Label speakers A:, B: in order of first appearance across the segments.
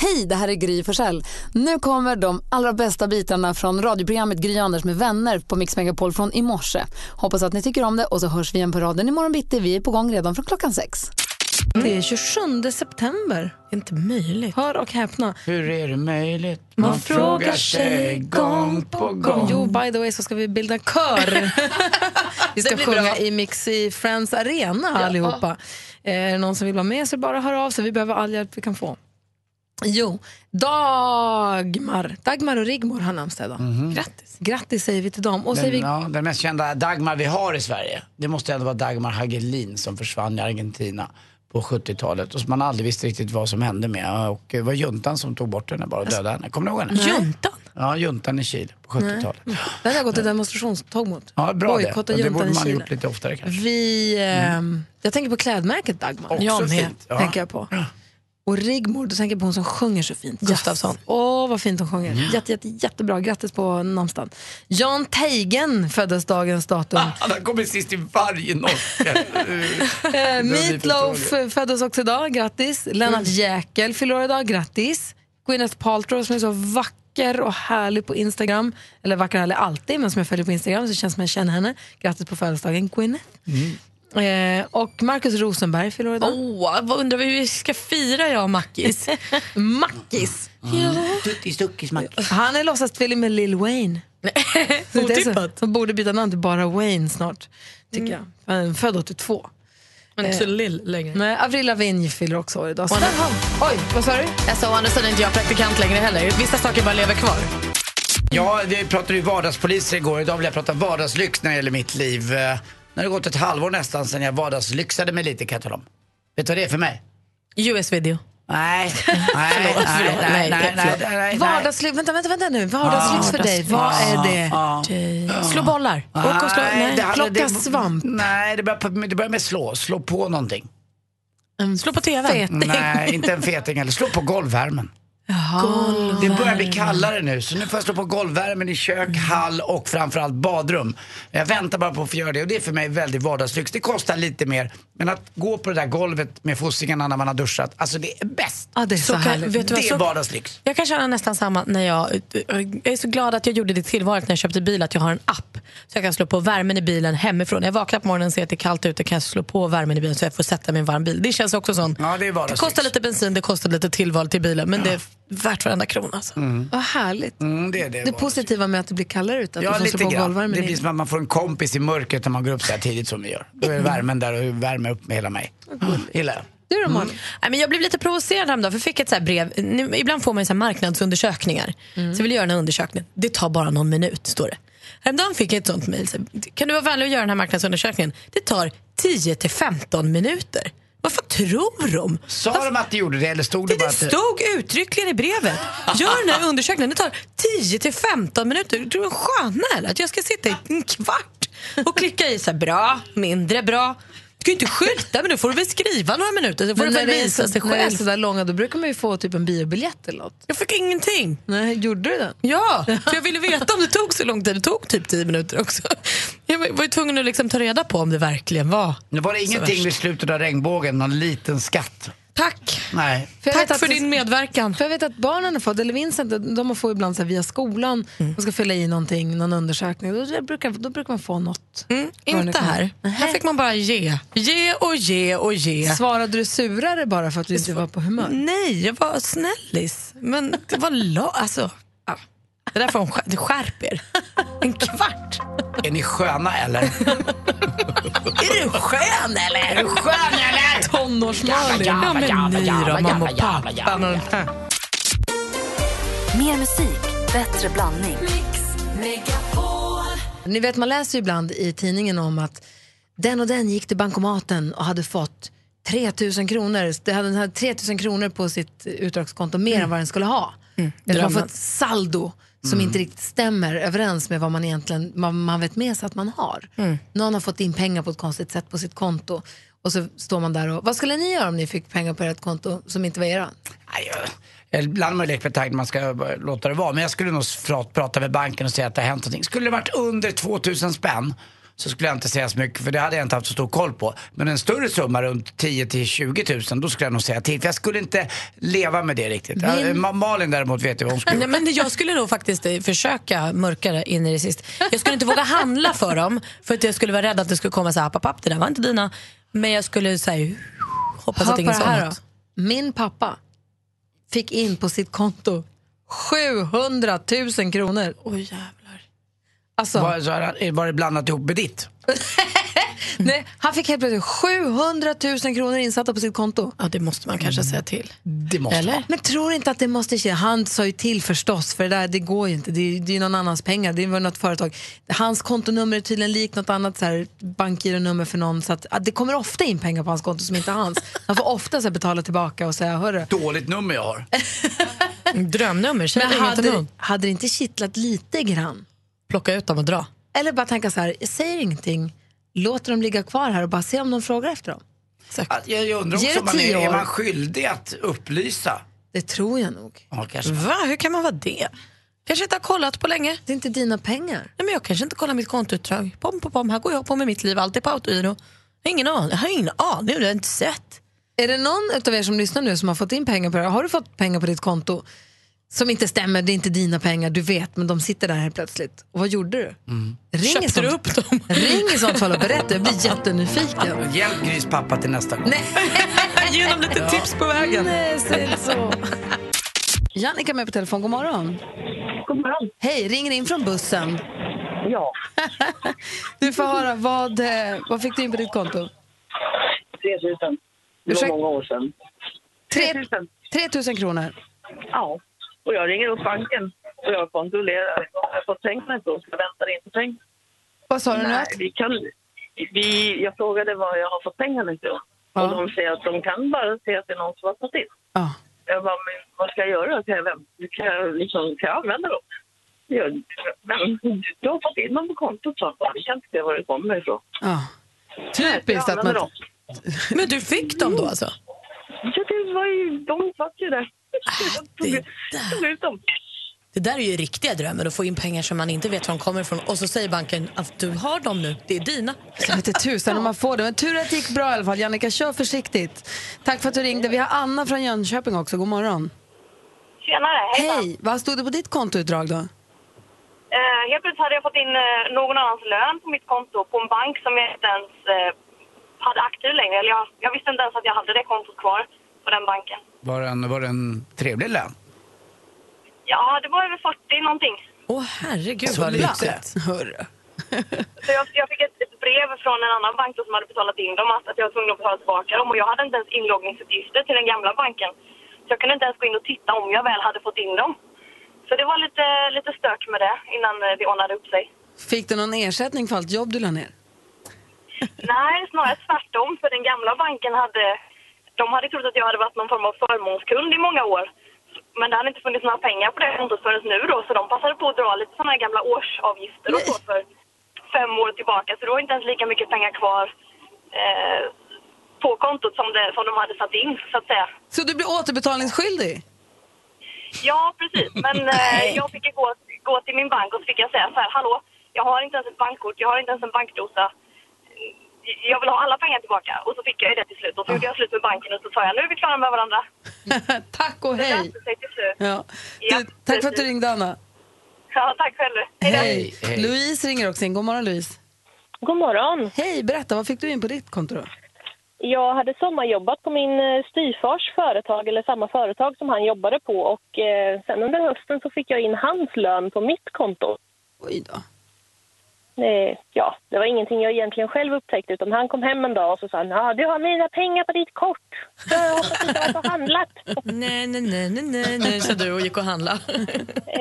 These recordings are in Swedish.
A: Hej, det här är Gry Forssell. Nu kommer de allra bästa bitarna från radioprogrammet Gry Anders med vänner på Mix Megapol från i morse. Hoppas att ni tycker om det och så hörs vi igen på raden imorgon bitti. Vi är på gång redan från klockan sex.
B: Det är 27 september. Inte möjligt. Hör och häpna.
C: Hur är det möjligt?
B: Man, frågar sig gång på gång. Jo, by the way så ska vi bilda kör. vi ska sjunga i Mixi Friends Arena allihopa. Eh, Är det någon som vill vara med så är det bara att höra av sig. Vi behöver all hjälp vi kan få. Jo, Dagmar. Dagmar och Rigmor har namnsdag idag. Grattis. Grattis säger vi till dem. Och säger
C: Den,
B: vi
C: Mhm. ja, den mest kända Dagmar vi har i Sverige, det måste ändå vara Dagmar Hagelin som försvann i Argentina på 70-talet och som man aldrig visste riktigt vad som hände med. Och det var juntan som tog bort henne bara och dödade henne. Kommer ni ihåg henne?
B: Alltså, juntan.
C: Ja, juntan i Chile på 70-talet.
B: Den har jag gått ett demonstrationståg mot.
C: Ja, bra det.
B: Bojkotta
C: Men Det
B: juntan
C: borde
B: i
C: man ha
B: Chile.
C: gjort lite oftare kanske. Mm.
B: Vi, ehm, jag tänker på klädmärket Dagmar.
C: Också
B: jag med,
C: fint, ja.
B: tänker jag på. Och Rigmor, då tänker jag på hon som sjunger så fint. Gustafsson. Åh, vad fint hon sjunger.
C: Mm.
B: Jätte, jätte, jättebra. Grattis på namnsdagen. Jan Teigen föddes dagens datum.
C: Han har kommit sist i varje norsk.
B: Eh, Meatloaf
C: förstår
B: föddes också idag. Grattis. Lennart
C: Mm.
B: Jäkel fyller år idag. Grattis. Gwyneth Paltrow som är så vacker och härlig på Instagram. Eller vacker och härlig alltid, men som jag följer på Instagram så känns det som jag känner henne. Grattis på födelsedagen Gwyneth. Eh, och Markus Rosenberg fyller år idag.
D: Åh, vad undrar vi hur vi ska fira jag och Mackis?
B: Mackis.
C: Tutti stuckis
B: Han är låtsastvilling med Lil Wayne. Så det är så, som borde byta namn till bara Wayne snart, tycker jag. Han är född 82.
D: Men inte så
B: Eh.
D: lill längre.
B: Nej, Avril Lavigne fyller också år idag. Så där har- Oj, vad sa du?
D: Jag sa å andra sidan inte jag praktikant längre heller. Vissa saker bara lever kvar.
C: Ja, vi pratade ju vardagspoliser igår. Idag vill jag prata vardagslyx när det gäller mitt liv. Eh, När det gått ett halvår nästan sedan jag vardagslyxade mig lite kan jag tala om. Vet du vad det är för mig?
D: US-video.
C: Nej, nej, nej,
D: förlåt.
C: nej,
D: Nej,
C: nej, nej,
D: förlåt.
C: nej, nej.
B: Vardagslyx, vänta, vänta, vänta nu.
C: Ah,
B: Vardagslyx för dig, vad är det?
D: Slå bollar. Åk och slå.
C: Ah, Nej, det
D: Nej.
C: handlar-
B: plocka
C: det-
B: svamp.
C: Nej, det börjar, på- det börjar med slå. Slå på någonting.
D: Slå på tvn.
C: Nej, inte en feting eller Slå på golvvärmen.
E: Ah.
C: Det börjar bli kallare nu, så nu får jag slå på golvvärmen i kök, hall och framförallt badrum. Jag väntar bara på att få göra det och det är för mig väldigt vardagslyx. Det kostar lite mer, men att gå på det där golvet med fossingarna när man har duschat, alltså det är bäst.
B: Ja, det är så,
D: Så kan-
B: härligt.
D: vet du vad,
C: Det är
D: så-
C: vardagslyx.
D: Jag kan känna nästan samma när jag... Jag är så glad att jag gjorde det tillvalet när jag köpte bil, att jag har en app. Så jag kan slå på värmen i bilen hemifrån. När jag vaknar på morgonen och ser att det är kallt ute kan jag slå på värmen i bilen så jag får sätta mig i en varm bil. Det känns också sån...
C: Ja, det är
D: det
C: vardagslyx.
D: kostar lite bensin, det kostar lite tillval till bilen, men det är värt varenda krona. Alltså.
B: Vad härligt.
C: Mm, det är det.
B: Det positiva med att det blir kallare ute, att
C: Ja,
B: du får
C: lite
B: slå på
C: grann. Det
B: golvvärmen.
C: blir
B: i.
C: som att man får en kompis i mörkret när man går upp så här tidigt som vi gör. Då är värmen där och värmer upp hela mig. Gillar jag.
B: Du då Malin?
D: Mm. Nej, men jag blev lite provocerad häromdagen för jag fick ett så här brev. Nu, ibland får man ju så här marknadsundersökningar.
B: Mm.
D: Så jag vill göra en undersökning. Det tar bara någon minut, står det. Häromdagen fick jag ett sånt mejl. Så här, kan du vara vänlig och göra den här marknadsundersökningen? Det tar 10 till 15 minuter. Varför tror de?
C: Sa de att du gjorde det eller stod det
D: Det,
C: bara
D: det
C: att det-
D: stod uttryckligen i brevet. Gör den här undersökningen. Det tar 10 till 15 minuter. Tror du en sköna eller? Att jag ska sitta i en kvart och klicka i så här, bra, mindre bra. Du kan ju inte skylta men du får du väl skriva några minuter så får
B: Men
D: du
B: när
D: väl
B: det alltså, är
D: visa sig
B: så- när det är
D: själv.
B: sådär långa då brukar man ju få typ en biobiljett eller något.
D: Jag fick ingenting.
B: Nej, gjorde du den?
D: Ja, för jag ville veta om det tog så lång tid. Det tog typ 10 minuter också. Jag var var ju tvungen att liksom ta reda på om det verkligen var.
C: Nu var det ingenting
D: värst.
C: vid slutet av regnbågen, någon liten skatt.
D: Tack.
C: Nej.
B: För jag vet
D: Tack
B: att
D: för
B: det-
D: din medverkan.
B: För jag vet att barnen har fått, eller Vincent, de- de får ibland så här via skolan,
D: Mm.
B: de ska fylla i någonting, någon undersökning, då då brukar, då brukar man få något.
D: Mm, inte här. Här fick man bara ge. Ge och ge och ge.
B: Svarade du surare bara för att du inte var på humör?
D: Nej, jag var snällis. Men det var la... Alltså, ja. Det där får hon skär- skärp er. En kvart.
C: Är ni sköna eller?
D: Är du skön eller? Är du skön eller?
B: Tonårs-Malin.
D: Ja, men ni då, mamma och pappa. Någon-
F: Mer musik, bättre blandning.
B: Ni vet, man läser ju ibland i tidningen om att den och den gick till bankomaten och hade fått 3000 kronor. Det hade, den hade 3000 kronor på sitt utdragskonto mer
D: Mm.
B: än vad den skulle ha. Eller man får ett saldo som inte riktigt stämmer överens med vad
D: Mm.
B: man egentligen man, man vet med sig att man har. Någon har fått in pengar på ett konstigt sätt på sitt konto. Och så står man där och, vad skulle ni göra om ni fick pengar på ert konto som inte var era?
C: Nej, jag- Ibland har man lekt med tanken att man ska bara låta det vara. Men jag skulle nog frat- prata med banken och säga att det har hänt någonting. Skulle det varit under 2000 spänn så skulle jag inte säga så mycket för det hade jag inte haft så stor koll på. Men en större summa runt 10 till 20 000 då skulle jag nog säga till. För jag skulle inte leva med det riktigt. Ja, Ma- Malin däremot vet ju vad hon skulle
D: Nej, men jag skulle nog faktiskt eh, försöka mörka det in i det sist. Jag skulle inte våga handla för dem för att jag skulle vara rädd att det skulle komma så här, papp, papp, det där var inte dina. Men jag skulle säga hoppas
B: Hör
D: att
B: på
D: ingen
B: det
D: sa
B: här
D: något.
B: då. Min pappa fick in på sitt konto 700 000 kronor.
D: Oj jävlar.
B: Alltså,
C: Var, så här, var det blandat ihop med ditt?
B: nej, han fick helt plötsligt 700 000 kronor insatta på sitt konto. Mm.
D: Ja, det måste man kanske säga till.
C: Det måste
D: Eller?
C: vara.
B: Men tror inte att det måste ske? Han sa ju till förstås, för det där det går ju inte. Det är, det är någon annans pengar, det var något företag. Hans kontonummer är tydligen likt något annat så här, bankgironummer för någon. Så att, att det kommer ofta in pengar på hans konto som inte är hans. Han får ofta så här, betala tillbaka och säga, hörru.
C: Dåligt nummer jag har.
D: Drömnummer, säg
B: Men
D: inget hade...
B: hade,
D: om.
B: hade det inte kittlat lite grann?
D: Plocka ut dem och dra.
B: Eller bara tänka så här, jag säger ingenting, låter dem ligga kvar här och bara se om de frågar efter dem.
C: Att Jag, jag undrar
B: Ge
C: också
B: det
C: om man
B: tio
C: är, är
B: år.
C: man skyldig att upplysa.
B: Det tror jag nog.
C: Ja, kanske.
D: Va? Hur kan man vara det? Kanske inte har kollat på länge.
B: Det är inte dina pengar.
D: Nej, men jag kanske inte kollar mitt kontoutdrag. Pom, pom, pom. Här går jag på med mitt liv. Allt är på autogiro. Jag har ingen aning. Jag har ingen aning. Det har jag inte sett.
B: Är det någon av er som lyssnar nu som har fått in pengar på det här? Har du fått pengar på ditt konto som inte stämmer, det är inte dina pengar, du vet, men de sitter där helt plötsligt. Och vad gjorde du?
C: Mm.
B: Ring, i
D: Köpte
B: sånt,
D: du upp dem?
B: ring i sånt fall och berätta, jag blir jättenyfiken.
C: Hjälp Grys pappa till nästa gång.
D: Ge dem lite tips på vägen.
B: Nej, säg inte Mm, så. Jannica är med på telefon, god morgon.
G: God morgon.
B: Hej, ringer in från bussen.
G: Ja,
B: Du får höra, vad, eh, vad fick du in på ditt konto?
G: 3000. Det var
B: Ursäkta?
G: många år sedan. 3000.
B: 3 000 kronor.
G: Ja. Och jag ringer upp banken och jag kontrollerar. Jag har fått pengarna så jag väntar inte pengar.
B: Vad sa du nu?
G: Nej,
B: att-
G: vi kan... Vi, jag frågade var jag har fått pengarna ifrån. Och
B: Ja.
G: de säger att de kan bara se att det är någon som har tagit in.
B: Ja.
G: Jag bara, men vad ska jag göra? Kan jag, vem, kan jag, liksom, kan jag använda dem? Jag, men du har fått in dem på kontot, sa han. Vi kan inte se var det kommer ifrån.
B: Ja.
H: Typ.
G: Jag
B: Typiskt att
G: använder dem.
B: man...
D: Men du fick dem då alltså? Ah,
G: Ja, det var ju... De satt ju där.
D: det
G: Jag tog ut dem.
D: Det där är ju riktiga drömmen, att få in pengar som man inte vet var de kommer ifrån. Och så säger banken att du har dem nu, det är dina.
B: Jag vet inte tusan om man får det, men tur att det gick bra i alla fall. Jannica, kör försiktigt. Tack för att du ringde. Vi har Anna från Jönköping också. God morgon.
I: Tjenare, hejsan.
B: Hej! Vad stod det på ditt kontoutdrag då?
I: Eh, helt plötsligt hade jag fått in eh, någon annans lön på mitt konto på en bank som jag inte ens eh, hade aktiv längre. Eller jag, jag visste inte ens att jag hade det kontot kvar på den banken.
C: Var det en, var det en trevlig lön?
I: Ja, det var över 40 någonting.
D: Åh herregud,
C: Så
D: vad
C: lite.
D: lyxigt.
B: Hörru.
I: Så jag, jag fick ett, ett brev från en annan bank då som hade betalat in dem att att jag var tvungen att betala tillbaka dem. Och jag hade inte ens inloggningsuppgifter till den gamla banken. Så jag kunde inte ens gå in och titta om jag väl hade fått in dem. Så det var lite, lite stök med det innan eh, det ordnade upp sig.
B: Fick du någon ersättning för allt jobb du la ner?
I: Nej, snarare tvärtom. För den gamla banken hade... De hade trott att jag hade varit någon form av förmånskund i många år. Men det hade inte funnits några pengar på det kontot förrän nu då. Så de passade på att dra lite sådana här gamla årsavgifter och så för fem år tillbaka. Så det var inte ens lika mycket pengar kvar eh, på kontot som, det, som de hade satt in, så att säga.
B: Så du blir återbetalningsskyldig?
I: Ja, precis. Men eh, jag fick ju gå, gå till min bank och så fick jag säga så här, hallå, jag har inte ens ett bankkort, jag har inte ens en bankdosa. Jag vill ha alla pengar tillbaka. Och så fick jag ju det till slut. Och så gjorde jag slut med banken och så sa jag, nu är vi klara med varandra.
B: Tack och
I: Det
B: hej!
I: löste sig till slut.
B: Ja.
I: Ja,
B: Du, tack för att du
I: precis.
B: ringde, Anna.
I: Ja, tack själv. Hej då.
C: hej.
B: Louise ringer också in. God morgon, Louise.
G: God morgon.
B: Hej, berätta. Vad fick du in på ditt konto då?
G: Jag hade sommarjobbat på min eh, styvfars företag, eller samma företag som han jobbade på. Och eh, sen under hösten så fick jag in hans lön på mitt konto.
B: Oj då.
G: Eh, ja, det var ingenting jag egentligen själv upptäckte utan han kom hem en dag och så sa han ah, du har mina pengar på ditt kort. Så jag hoppas att du har så handlat.
D: Nej, nej, nej, nej, nej, nej, sa du och gick och handlade.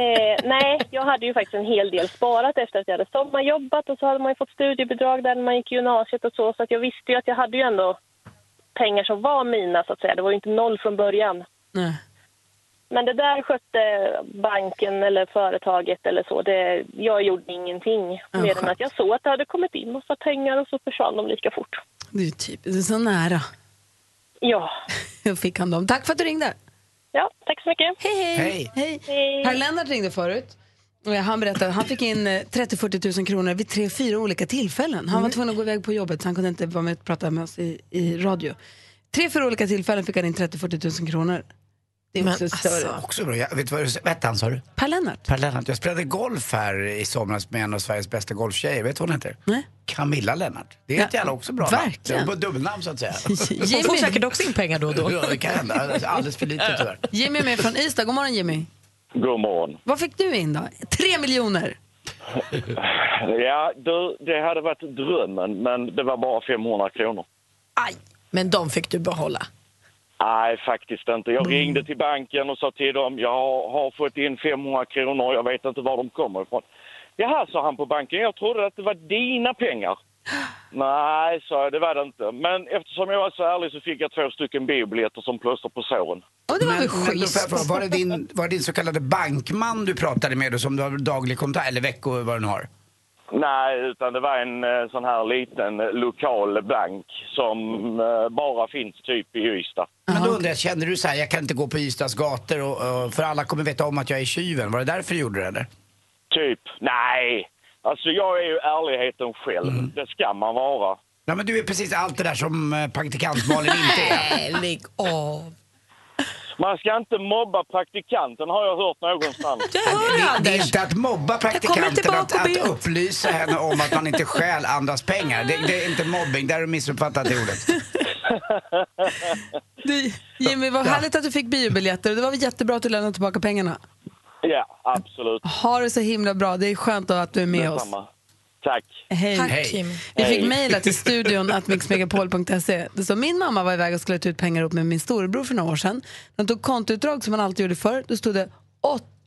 G: Eh, nej, jag hade ju faktiskt en hel del sparat efter att jag hade sommarjobbat och så hade man ju fått studiebidrag där när man gick i gymnasiet och så. Så att jag visste ju att jag hade ju ändå pengar som var mina så att säga. Det var ju inte noll från början.
B: Nej.
G: Men det där skötte banken eller företaget eller så. Det, jag gjorde ingenting.
B: Ja,
G: Mer än
B: skönt.
G: att jag såg att det hade kommit in massa pengar och så försvann de lika fort.
B: Det är ju typ, det är så nära.
H: Ja.
B: Då fick han dem. Tack för att du ringde.
H: Ja, tack så mycket.
B: Hej, hej.
H: Hej.
B: hej.
H: Hej.
B: Herr Lennart ringde förut. Och Han berättade att han fick in eh, 30-40 000 kronor vid tre, fyra olika tillfällen. Han var tvungen att gå iväg på jobbet så han kunde inte vara med och prata med oss i, i radio. Tre, fyra olika tillfällen fick han in 30-40 000 kronor. Det är
C: Men alltså.
B: också större.
C: Också bra. Jag, vet du vad du vad hette han sa du?
B: Per Lennart.
C: Per Lennart. Jag spelade golf här i somras med en av Sveriges bästa golftjejer. Vet du vad hon heter?
B: Nej.
C: Camilla Lennart. Det är ett jävla också bra
B: verkligen.
C: namn. Det är Dubbelnamn så att säga.
D: Hon får säkert också in pengar då och då.
C: Ja, det kan hända. Alldeles för lite tyvärr.
B: Jimmy är med från Ystad. God morgon Jimmy.
J: God morgon.
B: Vad fick du in då? Tre miljoner.
J: Ja, du, det hade varit drömmen, men det var bara 500 kronor.
D: Men de fick du behålla.
J: Nej, faktiskt inte. Jag
B: Mm.
J: ringde till banken och sa till dem jag har, har fått in 500 kronor. Jag vet inte var de kommer ifrån. Jaha, sa han på banken. Jag trodde att det var dina pengar. Nej, sa jag. Det var det inte. Men eftersom jag var så ärlig så fick jag två stycken biobiljetter som plåster på såren.
B: Och det var väl
C: Men då får jag fråga,
B: schysst.
C: var, det din, var det din så kallade bankman du pratade med och som du har daglig kontakt, eller vecko vad du nu har?
J: Nej, utan det var en eh, sån här liten eh, lokal bank som eh, bara finns typ i Ystad.
C: Men då undrar jag, kände du så här, jag kan inte gå på Ystads gator och, och, för alla kommer veta om att jag är tjuven. Var det därför du gjorde det eller?
J: Typ. Nej. Alltså jag är ju ärligheten själv.
B: Mm.
J: Det ska man vara.
C: Nej men du är precis allt det där som eh, praktikant Malin inte är.
D: Nej, lägg av.
J: Man ska inte mobba praktikanten har jag hört någonstans.
C: Det, det är inte att mobba praktikanten, att, att upplysa henne om att man inte stjäl andras pengar. Det, det är inte mobbing, där har du missuppfattat det ordet.
B: Du, Jimmy, vad härligt att du fick biobiljetter. Det var väl jättebra att du lämnade tillbaka pengarna.
J: ja, absolut.
B: Ha det så himla bra. Det är skönt att du är med oss.
J: Detsamma. Tack.
B: Hej.
D: Tack
C: Hej.
D: Jimmy.
B: Vi
J: Hej.
B: fick mejla till studion att mixmegapol.se. Det stod min mamma var iväg och skulle ta ut pengar upp med min storebror för några år sedan. De tog kontoutdrag som man alltid gjorde förr. Då stod det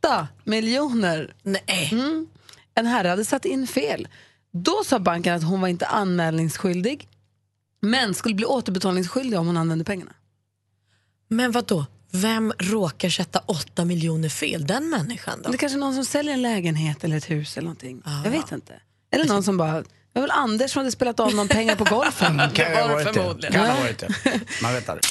B: 8 miljoner. Mm.
D: Nej.
B: En herre hade satt in fel. Då sa banken att hon var inte anmälningsskyldig men skulle bli återbetalningsskyldig om hon använde pengarna.
D: Men vad då? Vem råkar sätta 8 miljoner fel? Den människan då?
B: Det är kanske är någon som säljer en lägenhet eller ett hus eller någonting. Jag vet inte. Eller någon som bara, det var väl Anders som hade spelat av någon pengar på golfen.
C: Mm, Kan ha varit det. Kan ha varit det. Man vet aldrig.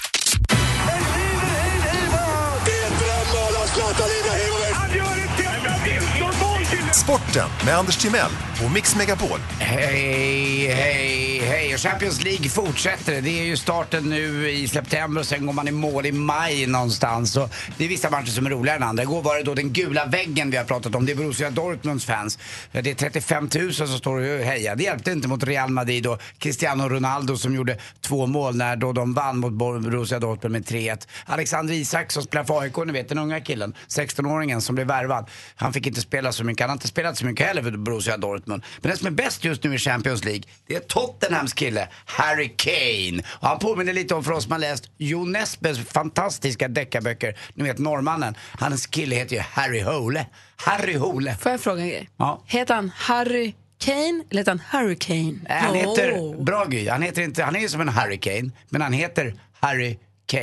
K: Sporten med Anders Timell och Mix Megapol.
C: Hej, hej, hej. Och Champions League fortsätter. Det är ju starten nu i september och sen går man i mål i maj någonstans. Och det är vissa matcher som är roligare än andra. Igår var det då den gula väggen vi har pratat om. Det är Borussia Dortmunds fans. Det är 35 000 som står och hejar. Det hjälpte inte mot Real Madrid och Cristiano Ronaldo som gjorde två mål när då de vann mot Borussia Dortmund med 3-1. Alexander Isak som spelar för AIK, ni vet den unga killen, 16-åringen som blev värvad. Han fick inte spela så mycket, han har inte spelat så mycket heller för Borussia Dortmund. Men den som är bäst just nu i Champions League, det är Tottenhams kille, Harry Kane. Och han påminner lite om för oss som har läst Jo Nesbys fantastiska deckarböcker, ni vet norrmannen. Hans kille heter ju Harry Hole. Harry Hole.
B: Får jag fråga en grej?
C: Ja.
B: Heter han Harry Kane eller heter han Hurricane?
C: Nej, Han heter, bra Gry, han heter inte, han är ju som en hurricane, men han heter Harry Kane.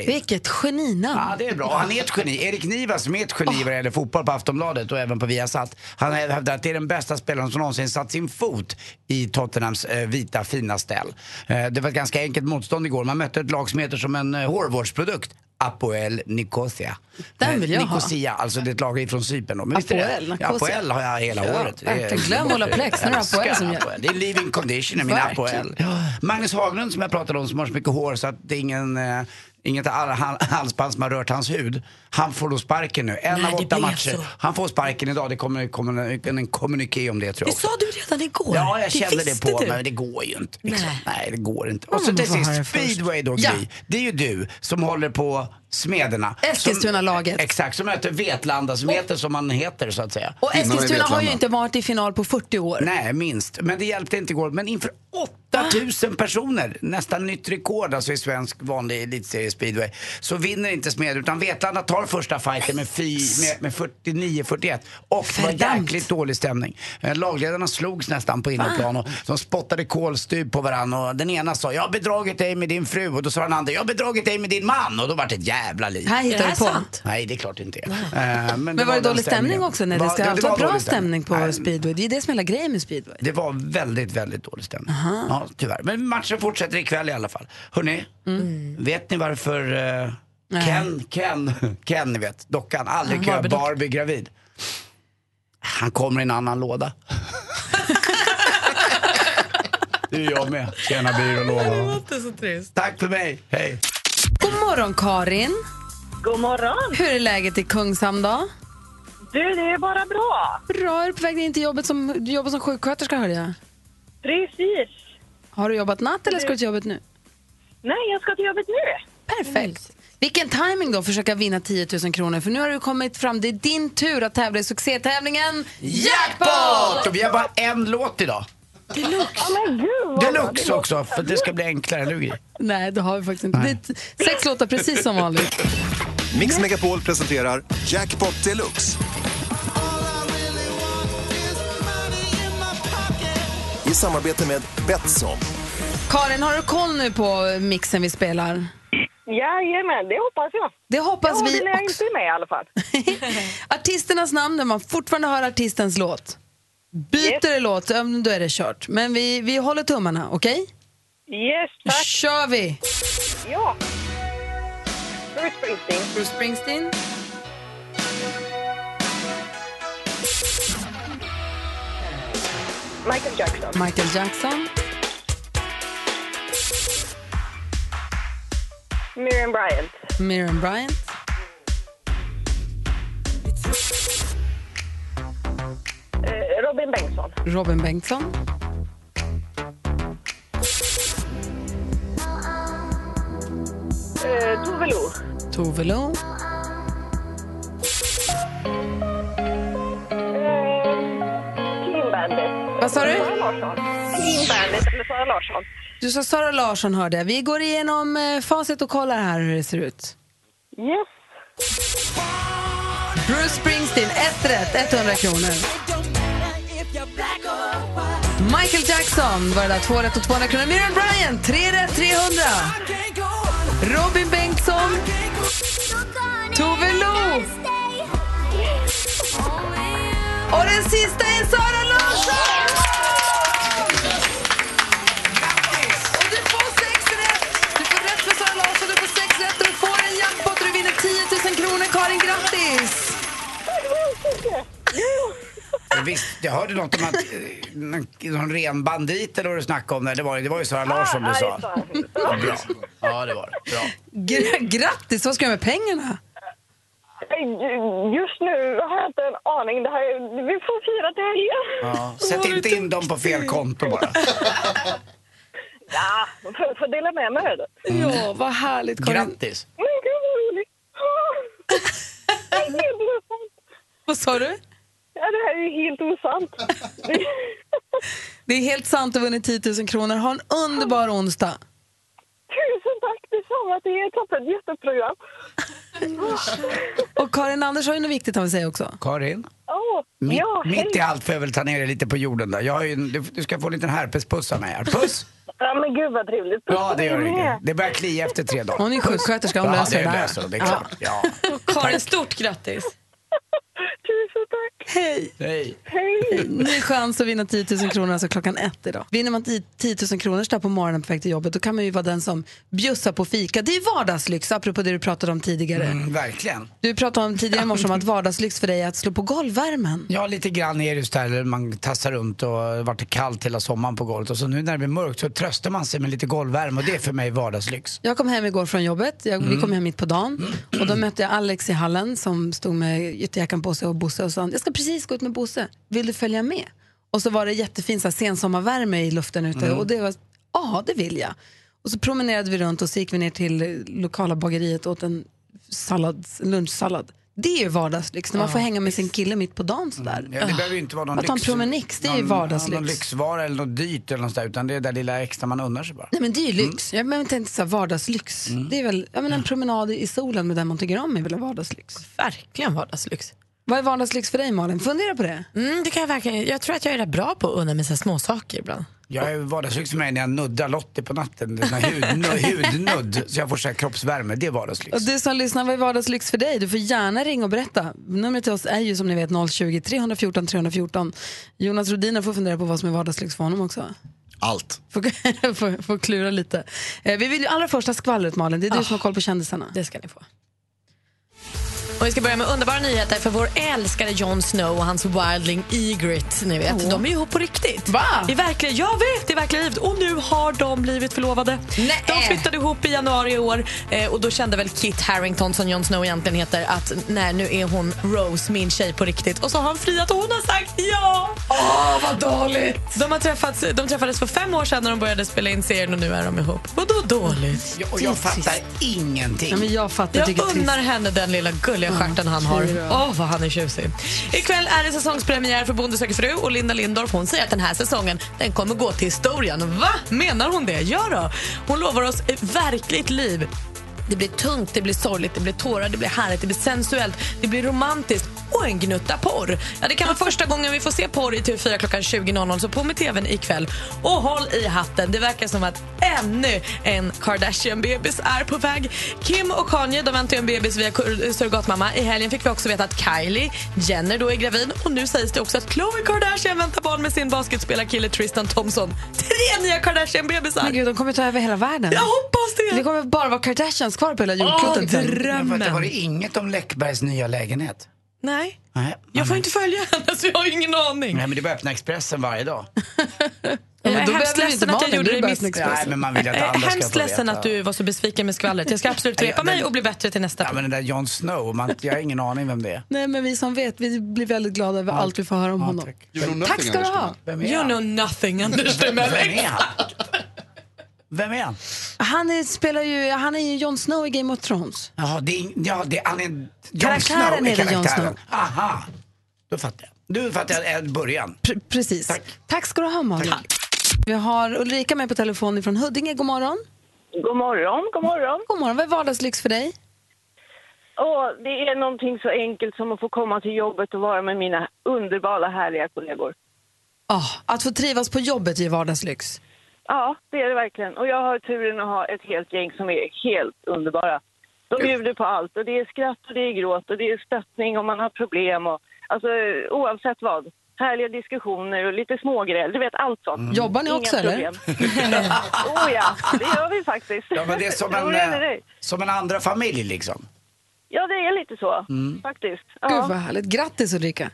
B: Vilket geninamn.
C: Ja, det är bra. Och Han är ett geni. Erik Niva som är ett geni vad det gäller fotboll på Aftonbladet och även på Viasat. Han hävdar att det är den bästa spelaren som någonsin satt sin fot i Tottenhams eh, vita fina ställ. Eh, det var ett ganska enkelt motstånd igår. Man mötte ett lag som heter som en eh, hårvårdsprodukt. Apoel Nicosia. Eh,
B: Den vill jag ha.
C: Nicosia, alltså det är ett lag från Cypern. då. Men visst är
B: Apoel,
C: det?
B: Nicosia.
C: Ja, Apoel har jag hela
B: Ja,
C: året. Det är-
B: verkligen. Glöm Olaplex, nu är det
C: Älskar
B: Apoel som gäller.
C: Apoel. Det är living condition i min
B: Verkligen.
C: Apoel. Magnus Haglund som jag pratade om som har så mycket hår så att det är ingen, eh, inget all- hal- halsband som har rört hans hud. Han får då sparken nu. En
D: Nej,
C: av
D: det
C: åtta
D: blev
C: matcher.
D: så.
C: Han får sparken idag. Det kommer, kommer en, en kommuniké om det tror
D: Det
C: jag
D: sa du redan igår.
C: Ja, jag kände det
D: visste
C: på
D: du.
C: mig, men det går ju inte. Liksom.
D: Nej.
C: Nej. det går inte. Och så
B: man
C: till
B: får höra det
C: sist,
B: först.
C: speedway då, Gry.
B: Ja.
C: Det är ju du som håller på Smederna.
B: Eskilstuna-laget.
C: Som- Exakt, som möter Vetlanda, som heter som man heter så att säga.
B: Och
C: Innan i
B: Eskilstuna har ju
C: Vetlanda.
B: inte varit i final på 40 år.
C: Nej, minst. Men det hjälpte inte igår. Men inför 8000 personer, nästan nytt rekord alltså i svensk vanlig elitserie speedway, så vinner inte Smed utan Vetlanda tar första fighten med, fi- med, med 49-41. Och det var
B: Verdammt.
C: jäkligt dålig stämning. Eh, Lagledarna slogs nästan på
B: Ah.
C: innerplan och de spottade kolstyv på varandra och den ena sa “Jag har bedragit dig med din fru” och då sa den andra “Jag har bedragit dig med din man” och då var det ett jävla liv.
B: Här hittar Är det du här på. sant?
C: Nej, det är klart det inte är. Eh,
B: Men, var det dålig stämning också? när det
C: Var-
B: ska
C: ja,
B: alltid
C: var
B: vara bra
C: dålig
B: stämning på speedway. Det är ju det som är hela grejen med speedway.
C: Det var väldigt, väldigt dålig stämning. Ja, tyvärr. Men matchen fortsätter ikväll i alla fall. Hörrni, vet ni varför eh, Ken, Ken, Ken ni vet, dockan, aldrig
L: Ja,
C: kö,
L: Barbie-dockan.
C: Barbie gravid. Han kommer i en annan låda. det är jag med. Tjena byrålådan.
B: Det är så trist.
C: Tack för mig, hej.
B: God morgon Karin.
I: God morgon.
B: Hur är läget i Kungshamn då?
I: Du, det är bara bra.
B: Bra, är du på väg in till jobbet som, du jobbar som sjuksköterska hörde jag.
I: Precis.
B: Har du jobbat natt eller ska du till jobbet nu?
I: Nej, jag ska till jobbet nu.
B: Perfekt. Vilken timing då, försöka vinna 10 000 kronor. För nu har du kommit fram, det är din tur att tävla i succétävlingen
C: Jackpot! Och vi har bara en låt idag.
B: Deluxe.
C: Deluxe också, för att det ska bli enklare, eller hur Gry?
B: Nej, det har vi faktiskt inte. Det är sex låtar precis som vanligt.
K: Mix Megapol presenterar Jackpot Deluxe. I samarbete med Betsson.
B: Karin, har du koll nu på mixen vi spelar?
I: Jajamän, det hoppas jag.
B: Det hoppas
I: jag
B: vi
I: håller inte med i alla fall.
B: Artisternas namn, när man fortfarande hör artistens låt. Byter det låt, ja, men då är det kört. Men vi, vi håller tummarna, okej?
I: Yes,
B: tack. kör vi!
I: Ja. Bruce Springsteen.
B: Bruce Springsteen.
I: Michael Jackson.
B: Michael Jackson,
I: Miriam Bryant.
B: Miriam Bryant.
I: Eh, Robin Bengtsson.
B: Robin Bengtsson.
I: Eh, Tove Lo.
B: Tove Lo.
I: Clean Bandit.
B: Vad sa du?
I: Sara Larsson. Clean Bandit eller Sara Larsson.
B: Du sa Sara Larsson hörde jag. Vi går igenom eh, facit och kollar här hur det ser
I: Yes.
B: ut. Bruce Springsteen, ett rätt, 100 kronor. Michael Jackson var det där, två rätt och 200 kronor. Miriam Bryant, tre rätt, 300. Robin Bengtsson. Tove Lo. Och den sista är Sara Larsson! Och du får sex rätt! Du får rätt för Sara Larsson, du får sex rätt och du får en jackpot och du vinner 10 000 kronor. Karin, grattis!
C: Och Visst, jag hörde något om att eh, någon- någon ren bandit eller vad du snackade om där. Det var, det var ju Sara Larsson du sa. Ah, Ja, bra. Ja, det var det. Bra.
B: Gra- grattis! Vad ska jag med pengarna?
I: Eh, Just nu har jag inte en aning. Det här, vi får fira till helgen.
C: Ja. Sätt inte in dem på fel konto bara.
I: Ja, får, får dela med mig. hördu.
B: Ja, vad härligt
I: Karin.
C: Grattis.
I: Men gud vad roligt. Det är helt osant.
B: Vad sa du?
I: Ja, det här är ju helt osant.
B: Det är helt sant, du har vunnit 10 000 kronor. Ha en underbar onsdag.
I: Tusen tack detsamma. Det är ett toppen jätteprogram.
B: Och Karin Anders har ju något viktigt att säga också.
C: Karin?
I: Åh,
C: Mitt,
I: ja, hej.
C: mitt i allt får jag väl ta ner dig lite på jorden där. Jag har ju en, du, du ska få en liten herpespuss av mig här. Puss!
I: Ja, men gud vad trevligt.
C: Ja, det gör det. Det börjar klia efter tre dagar.
B: Hon är
C: Puss.
B: sjuksköterska, hon
C: ja,
B: löser
C: det.
B: det där.
C: Löser, hon, det är klart. Ja.
D: Karin, stort grattis.
B: Hej!
C: Hej.
I: Hej!
B: Ny chans att vinna 10 000 kronor alltså klockan ett idag. Vinner man 10 000 kronor så där på morgonen på väg till jobbet då kan man ju vara den som bjussar på fika. Det är vardagslyx, apropå det du pratade om tidigare.
C: Mm, verkligen.
B: Du pratade om tidigare i morse om att vardagslyx för dig är att slå på golvvärmen.
C: Ja, lite grann är det just där man tassar runt och varit kallt hela sommaren på golvet. Och så nu när det blir mörkt så tröstar man sig med lite golvvärme och det är för mig vardagslyx.
B: Jag kom hem igår från jobbet, jag, vi
C: Mm.
B: kom hem mitt på dagen och då mötte jag Alex i hallen som stod med ytterjackan på sig och Bosse och sa jag ska precis gå ut med Bosse, vill du följa med? Och så var det jättefin så här, sensommarvärme i luften ute
M: Mm.
B: och det var, ja det vill jag. Och så promenerade vi runt och så gick vi ner till eh, lokala bageriet och åt en sallad, lunchsallad. Det är ju vardagslyx, när man
C: Ja, Mm,
B: får hänga med sin kille mitt på dagen sådär.
C: Ja, det behöver ju inte vara någon
B: Ah. Att ta en promenix, det är ju
C: någon-
B: vardagslyx.
C: Någon lyxvara eller något dyrt eller något sånt där, utan det är det där lilla extra man unnar sig bara.
B: Nej men det är ju
D: Mm.
B: lyx. Jag men, tänkte så här, vardagslyx. Det är väl, ja, men en promenad i solen med den man tycker om är väl en vardagslyx?
D: Verkligen vardagslyx.
B: Vad är vardagslyx för dig Malin? Fundera på det.
D: Mm, det kan jag verkligen. Jag tror att jag är rätt bra på att unna mig så här små saker ibland.
C: Jag är vardagslyx för mig när jag nuddar Lottie på natten. Den här hud, hudnudd. Så jag får så här kroppsvärme. Det är vardagslyx.
B: Och du som lyssnar, vad är vardagslyx för dig? Du får gärna ringa och berätta. Numret till oss är ju som ni vet 020-314 314. Jonas Rodiner får fundera på vad som är vardagslyx för honom också.
L: Allt.
B: Får, får, får klura lite. Eh, vi vill ju allra första skvallret Malin, det är du som har koll på kändisarna.
D: Ah. Det ska ni få. Och vi ska börja med underbara nyheter för vår älskade Jon Snow och hans wildling Egret. Ni vet,
N: Åh.
D: de är ju ihop på riktigt.
N: Va?
D: I verkliga, jag vet, i verkliga livet. Och nu har de blivit förlovade.
N: Nej.
D: De flyttade ihop i januari i år eh, och då kände väl Kit Harrington, som Jon Snow egentligen heter, att nej, nu är hon Rose, min tjej på riktigt. Och så har han friat och hon har sagt ja!
N: Åh, vad dåligt!
D: De, har träffats, de träffades för fem år sedan när de började spela in serien och nu är de ihop. Vadå dåligt?
C: och jag fattar ingenting.
B: Nej, men jag fattar,
D: jag
B: tycker det är
D: unnar
B: trist.
D: henne den lilla gulliga stjärten han har.
B: fyra.
D: Åh, vad han är tjusig. Ikväll är det säsongspremiär för Bonde söker fru och Linda Lindorff hon säger att den här säsongen den kommer gå till historien. Va? Menar hon det? Ja då. Hon lovar oss ett verkligt liv. Det blir tungt, det blir sorgligt, det blir tårar, det blir härligt, det blir sensuellt, det blir romantiskt och en gnutta porr. Ja, det kan vara första gången vi får se porr i TV4 klockan 20.00 så på med TVn ikväll. Och håll i hatten, det verkar som att ännu en Kardashian-bebis är på väg. Kim och Kanye de väntar ju en bebis via kur- eh, surrogatmamma. I helgen fick vi också veta att Kylie Jenner då är gravid och nu sägs det också att Khloe Kardashian väntar barn med sin basketspelarkille Tristan Thompson. Tre nya Kardashian-bebisar!
B: Men gud, de kommer ta över hela världen.
D: Jag hoppas det!
B: Det kommer bara vara Kardashians kvar på hela jordklotet.
C: Åh, drömmen. Därför att det var det inget om Läckbergs nya lägenhet.
D: Nej.
C: Nej,
D: Jag får inte följa henne så jag har ingen aning.
C: Nej men det var öppna Expressen varje dag.
D: Jag
B: men
D: är
B: då behövde
D: hemskt
B: vi inte
D: ledsen att jag
B: Malin,
D: gjorde
B: nu
D: dig
B: börjar Öppna
D: miss...
B: Expressen.
C: Nej, men man vill att
D: Jag är
C: andra ska
D: hemskt
C: få
D: ledsen
C: veta.
D: att du var så besviken med skvallret. Jag ska absolut repa mig och bli bättre till nästa.
C: Ja men den där Jon Snow, man, jag har ingen aning vem det är.
B: Nej, men vi som vet, vi blir väldigt glada över allt vi får höra om honom. Tack,
C: You know nothing,
B: ska du
C: Anders
B: ha.
C: Vem är You han?
D: know nothing, Anders
C: Vem är han? Vem är han?
B: Han är, spelar ju, han är ju Jon Snow i Game of Thrones.
C: Jaha, det är, ja, det är, han är Jon
B: Karaktären
C: Snow är
B: heter Jon
C: karaktären.
B: Snow.
C: Aha, då fattar jag. Du fattar jag eh, början.
B: precis. Tack. ska du ha, Malin. Vi har Ulrika med på telefon från Huddinge. God morgon.
M: God morgon, god morgon.
B: God morgon. Vad är vardagslyx för dig?
M: Och det är någonting så enkelt som att få komma till jobbet och vara med mina underbara, härliga kollegor.
B: Ah, att få trivas på jobbet är vardagslyx.
M: Ja, det är det verkligen. Och jag har turen att ha ett helt gäng som är helt underbara. De bjuder på allt. Och det är skratt och det är gråt och det är stöttning om man har problem. Och, alltså, oavsett vad. Härliga diskussioner och lite smågräl. Du vet, allt sånt.
B: Mm.
C: Mm.
B: Jobbar ni också, eller?
M: oh ja, det gör vi faktiskt.
C: Ja, men det är som
M: Jo,
C: en,
M: det är det.
C: eh, som en andra familj liksom.
M: Ja, det är lite så,
C: Mm.
M: faktiskt.
B: Gud, vad härligt. Grattis, Ulrika.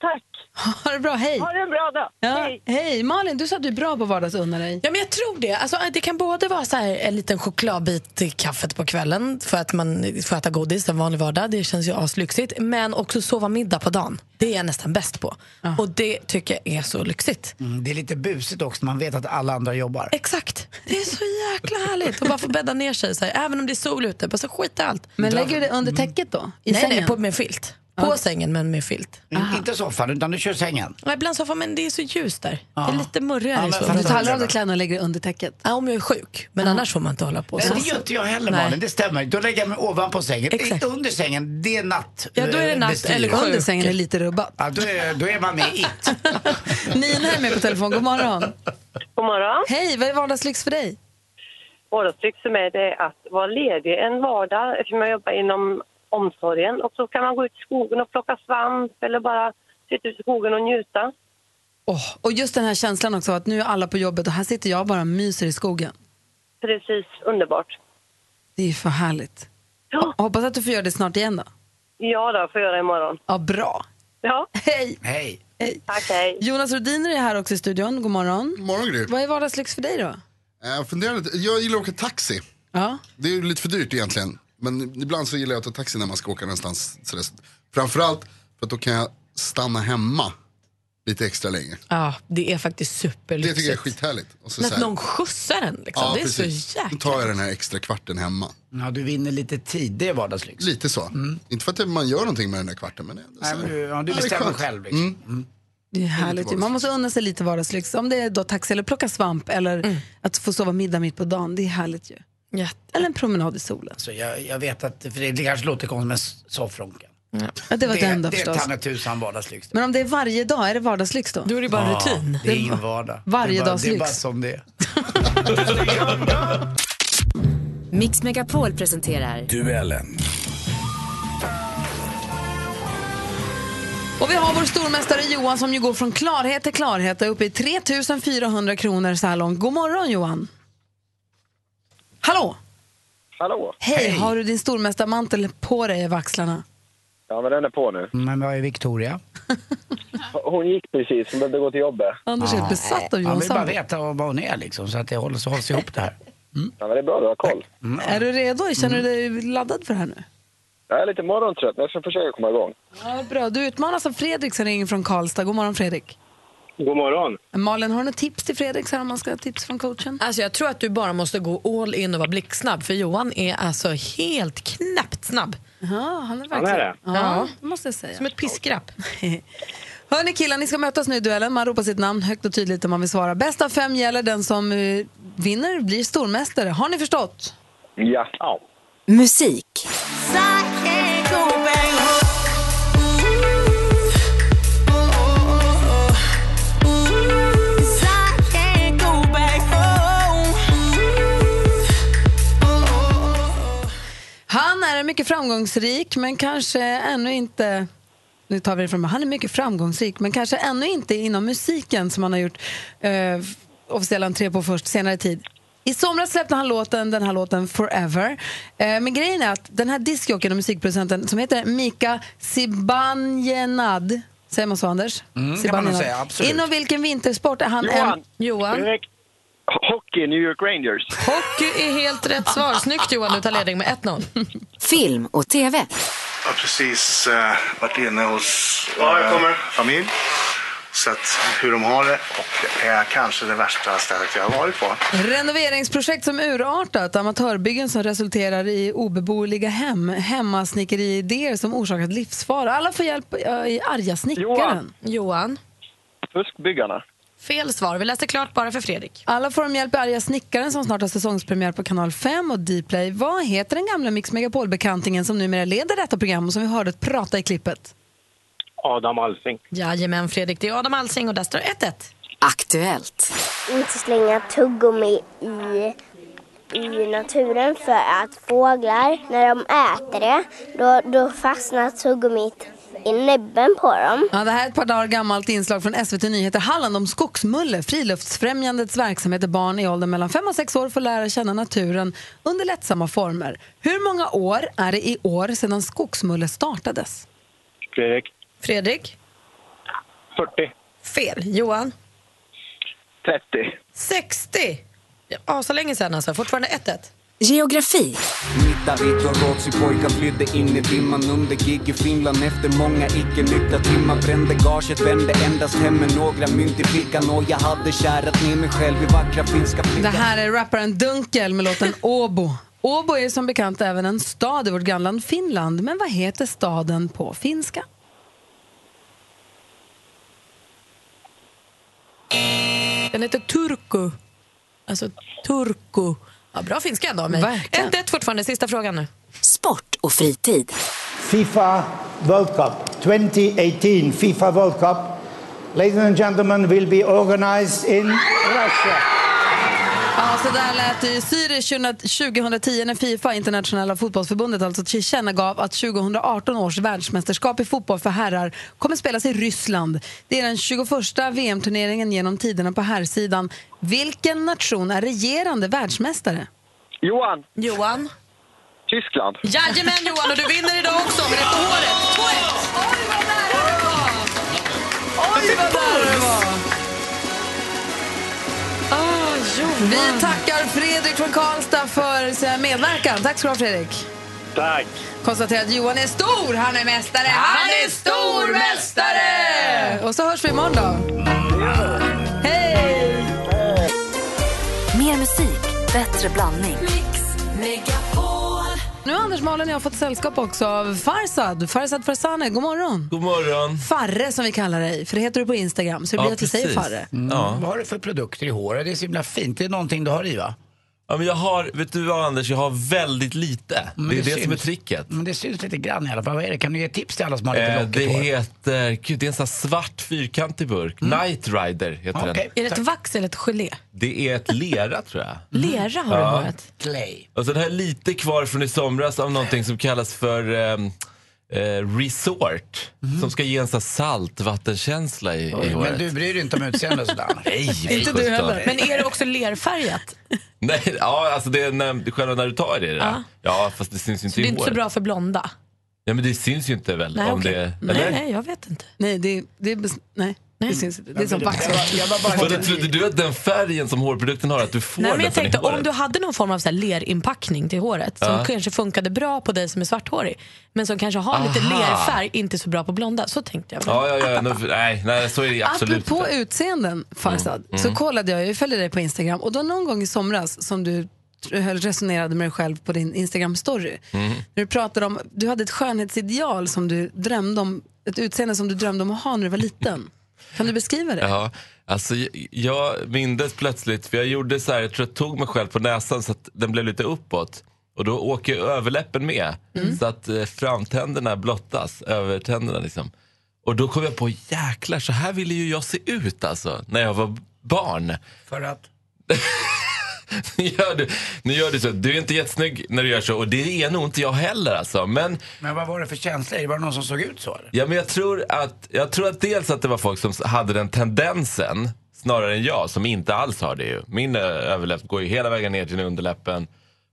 M: Tack.
B: Ha det bra. Hej.
M: Ha en bra dag.
B: Ja, hej. Malin, du sa att du är bra på vardagsunna dig.
D: Ja, men jag tror det. Alltså, det kan både vara så här, en liten chokladbit till kaffet på kvällen för att man får äta godis en vanlig vardag. Det känns ju aslyxigt. Men också sova middag på dagen. Det är jag nästan bäst på. Och det tycker jag är så lyxigt.
C: Mm, det är lite busigt också, man vet att alla andra jobbar.
D: Exakt. Det är så jäkla härligt att bara få bädda ner sig. Så här, även om det är sol ute, bara så skit i allt.
B: Men lägger du det under täcket då? I
D: Mm. nej, nej,
B: sängen?
D: på, med filt. På sängen, men med filt.
C: In, inte soffan, utan du kör sängen.
D: Ja, ibland soffan, men det är så ljust där. Det är lite
C: Ja,
D: murrigare i
C: men
D: soffan.
C: fattar Du tar aldrig du? av dig
B: kläderna och lägger det under täcket?
D: Ja, om jag är sjuk. Men annars får man inte hålla på
C: Nej,
D: så.
C: det gör inte jag heller
D: Nej.
C: Malin, det stämmer. Då lägger jag mig ovanpå sängen. Exakt. Under sängen, det är natt.
B: Ja, då är det
C: eh,
B: natt
C: bestyr.
B: eller sjuk. Under sängen är lite rubbat.
C: Ja, då, är, då är man med i it.
B: Nina är med på telefon. God morgon.
M: God morgon.
B: Hej, vad är vardagslyx för dig?
M: Vardagstryck för mig det är att vara ledig en vardag eftersom jag jobbar inom omsorgen. Och så kan man gå ut i skogen och plocka svamp eller bara sitta ute i skogen och njuta.
B: Åh, och just den här känslan också att nu är alla på jobbet och här sitter jag bara och myser i skogen.
M: Precis, underbart.
B: Det är ju för härligt. Ho- Hoppas att du får göra det snart igen då.
M: Ja då, får jag göra imorgon.
B: Ja, bra.
M: Ja.
B: Hej!
C: Hej!
M: Tack, hej.
B: Jonas Rodiner är här också i studion. God morgon. God
L: morgon, Gry.
B: Vad är vardagslyx för dig då?
L: Eh, Jag, funderar lite. jag gillar att åka taxi.
B: Ja.
L: Det är ju lite för dyrt egentligen. Men ibland så gillar jag att ta taxi när man ska åka någonstans. Så det- Framförallt för att då kan jag stanna hemma lite extra länge.
D: Ja, det är faktiskt
L: Det
D: superlyxigt.
L: tycker jag är skithärligt. Och så
D: Men
L: så
D: att
L: här-
D: någon skjutsar en, liksom. det är
L: precis.
D: så jäkla...
L: Då tar jag den här extra kvarten hemma.
C: Ja, du vinner lite tid, det är vardagslyx. Mm.
L: Lite så. Inte för att man gör någonting med den där kvarten men det är ändå
C: Nej,
L: så här.
C: men du, ja, du
L: Ja, det är
C: bestämmer
L: skönt.
C: själv. Liksom. Mm.
B: Det är härligt. ju. Man måste unna sig lite vardagslyx. Om det är då taxi eller plocka svamp eller att få sova middag mitt på dagen. Det är härligt ju.
D: Jätte.
B: Eller en promenad i solen.
C: Alltså, Så jag, jag vet att, för det, det kanske låter konstigt med soffronken.
B: Ja, det var den då
C: det
B: förstås.
C: är ta mig tusan vardagslyx.
B: Men om det är varje dag, är det vardagslyx då? Då är det
C: Ja, Det är ingen vardag.
B: Varje
C: det är bara,
B: dags
C: Det är
B: lyx.
C: bara som det är.
O: Mix Megapol presenterar...
C: Duellen.
B: Och vi har vår stormästare Johan som ju går från klarhet till klarhet och är uppe i 3400 kronor så här långt. God morgon Johan! Hallå!
P: Hallå?
B: Hej! Har du din stormästarmantel på dig över axlarna?
P: Ja, men den är på nu.
C: Men vad är Victoria?
P: Hon gick precis, hon behövde gå till jobbet.
B: Anders är helt besatt av
C: Han
B: Johan
C: vill bara
B: Sandberg.
C: veta vad hon är liksom, så att det hålls, hålls ihop det här. Mm.
P: Ja, men det är bra, du har koll.
B: Är du redo? Känner du dig laddad för det här nu?
P: Jag är lite morgontrött, men jag ska försöka komma igång.
B: Ja, bra. Du utmanas av Fredrik som ringer från Karlstad. God morgon Fredrik!
P: God morgon.
B: Malin, har du något tips till Fredrik så här, om man ska ha tips från coachen?
D: Alltså jag tror att du bara måste gå all in och vara blixtsnabb för Johan är alltså helt knäppt snabb.
B: Ja, han är
D: Han är
B: verkligen...
D: det?
B: Ja, det måste jag säga.
D: Som ett piskrapp.
B: Hörni killar, ni ska mötas nu i duellen. Man ropar sitt namn högt och tydligt om man vill svara. Bäst av fem gäller den som eh, vinner blir stormästare. Har ni förstått?
P: Ja. ja.
O: Musik.
B: Han är mycket framgångsrik, men kanske ännu inte... Nu tar vi det från Han är mycket framgångsrik, men kanske ännu inte inom musiken som han har gjort eh, officiell entré på först senare tid. I somras släppte han låten, den här låten Forever. Eh, men grejen är att den här discjockeyn och musikproducenten som heter Mika Zibanejad, säger man så Anders?
P: Mm, kan man nog
B: Zibanejad.
P: säga, absolut.
B: Inom vilken vintersport är han
P: Johan.
B: en... Johan.
P: Direkt. Hockey, New York Rangers.
D: Hockey är helt rätt svar. Snyggt Johan, du tar ledning med 1-0.
O: Film och TV.
Q: Jag har precis eh, varit inne hos eh,
R: Ja, jag kommer.
Q: familj. Så att hur de har det och det är kanske det värsta stället jag har varit på.
B: Renoveringsprojekt som urartat, amatörbyggen som resulterar i obeboeliga hem, hemmasnickeriidéer som orsakat livsfara. Alla får hjälp eh, i arga snickaren.
D: Johan.
P: Fuskbyggarna.
D: Fel svar. Vi läste klart bara för Fredrik.
B: Alla får de hjälp i arga snickaren som snart har säsongspremiär på kanal 5 och Dplay. Vad heter den gamla Mix Megapol-bekantingen som numera leder detta program och som vi hörde prata i klippet?
P: Adam Alsing.
D: Jajamän Fredrik, det är Adam Alsing och där står 1-1.
O: Aktuellt.
E: Inte slänga tuggummi i, i naturen för att fåglar, när de äter det, då, då fastnar tuggummit i näbben på dem.
B: Ja, det här är ett par dagar gammalt inslag från SVT Nyheter Halland om skogsmulle. Friluftsfrämjandets verksamhet där barn i åldern mellan 5 och 6 år får lära känna naturen under lättsamma former. Hur många år är det i år sedan skogsmulle startades?
P: Fredrik.
D: Fredrik?
P: 40.
D: Fel. Johan?
P: 30.
D: 60! Ja, så länge sedan alltså. Fortfarande 1-1.
O: Geografi.
S: Mitt Aritrorazzi pojkar flydde in i dimman under gig i Finland efter många icke-nyktra timmar brände gaget, vände endast hem med några mynt i fickan och jag hade kärat ner mig själv i vackra finska
B: Det här är rapparen Dunkel med låten Åbo. Åbo är som bekant även en stad i vårt grannland Finland. Men vad heter staden på finska?
D: Den heter Turku. Alltså Turku. Ja, bra finska ändå av mig. 1-1 fortfarande. Sista frågan nu.
O: Sport och fritid.
T: FIFA World Cup 2018 FIFA World Cup ladies and gentlemen will be organized in Russia
B: Ja, så där lät det i Zürich 2010 när Fifa, internationella fotbollsförbundet, alltså tillkännagav att 2018 års världsmästerskap i fotboll för herrar kommer spelas i Ryssland. Det är den 21 VM-turneringen genom tiderna på herrsidan. Vilken nation är regerande världsmästare?
P: Johan.
D: Johan.
P: Tyskland.
D: Jajamän Johan, och du vinner idag också med rätt på håret. 2-1.
B: Oj, vad nära det var! Vi tackar Fredrik från Karlstad för sin medverkan. Tack ska du ha, Fredrik.
P: Tack.
B: Konstaterar att Johan är stor, han är mästare, han är stormästare! Och så hörs vi imorgon då. Hej!
F: Mer musik, bättre blandning.
B: Nu har Anders Malen och jag fått sällskap också av Farsad. Farsad Farsane, god morgon.
U: God morgon.
B: Farre som vi kallar dig, för det heter du på Instagram. Så det blir att vi säger Farre.
C: Mm. Vad har du för produkter i håret? Det är så himla fint. Det är någonting du har i va?
V: Ja, men jag har, vet du vad Anders, jag har väldigt lite.
D: Mm,
C: Men
V: det är det,
C: syns.
V: som är tricket.
C: Men det syns lite grann i alla fall. Vad är det? Kan du ge tips till alla som har lite
V: Eh,
C: lockigt
V: det
C: hår?
V: heter, gud, det är en sån här svart fyrkantig burk.
D: Mm.
V: Night Rider heter
D: Är
V: den.
D: det ett vax eller ett gelé?
V: Det är ett lera tror jag.
D: Lera har
V: Mhm. Ja.
D: du varit.
C: Clay.
V: Och sen har jag lite kvar från i somras av någonting som kallas för ehm, eh, resort.
D: Mhm.
V: Som ska ge en sån här saltvattenkänsla i, i
C: Men
V: håret.
C: du bryr dig inte om utseende och sådär?
V: Nej, för
D: Inte du
V: sjutton.
D: heller. Men är det också lerfärgat?
V: Nej, ja, alltså det är när, själva när du tar i det.
D: Ja.
V: Ja, ja fast det syns ju inte
D: Så det är
V: i
D: inte så
V: håret.
D: bra för blonda?
V: Ja, men det syns ju inte väl?
D: Nej,
V: om
D: okej.
V: det,
D: nej, nej, jag vet inte.
B: Nej, det, det, är bes- nej, det syns inte. Det är som vax.
V: Vadå, trodde du att den färgen som hårprodukten har, att du får
D: Nej, men
V: den
D: jag
V: från i
D: tänkte
V: håret?
D: om du hade någon form av så här lerinpackning till håret som
V: Ja.
D: kanske funkade bra på dig som är svarthårig men som kanske har lite
V: Aha.
D: lerfärg, inte så bra på blonda. Så tänkte jag.
V: Ja, ja, ja. nu- Nej, nej, så är det absolut
B: Apropå utseenden, Farzad,
V: Mm, mm.
B: så kollade jag, jag följer dig på Instagram och då någon gång i somras som du tr- höll- resonerade med dig själv på din Instagram-story. När du pratade om, du hade ett skönhetsideal som du drömde om, ett utseende som du drömde om att ha när du var liten. Kan du beskriva det?
V: Ja, alltså jag- jag mindes plötsligt, för jag gjorde så här, jag tror jag tog mig själv på näsan så att den blev lite uppåt. Och då åker överläppen med, så att eh, framtänderna blottas, övertänderna liksom. Och då kom jag på, jäklar så här ville ju jag se ut alltså, när jag var barn.
C: För att?
V: nu, gör du, nu gör du så, du är inte jättesnygg när du gör så och det är nog inte jag heller alltså. Men
C: Men vad var det för känslor? Var det någon som såg ut så? eller?
V: Ja, men jag tror att, jag tror att dels att det var folk som hade den tendensen snarare än jag som inte alls har det ju. Min eh, överläpp går ju hela vägen ner till underläppen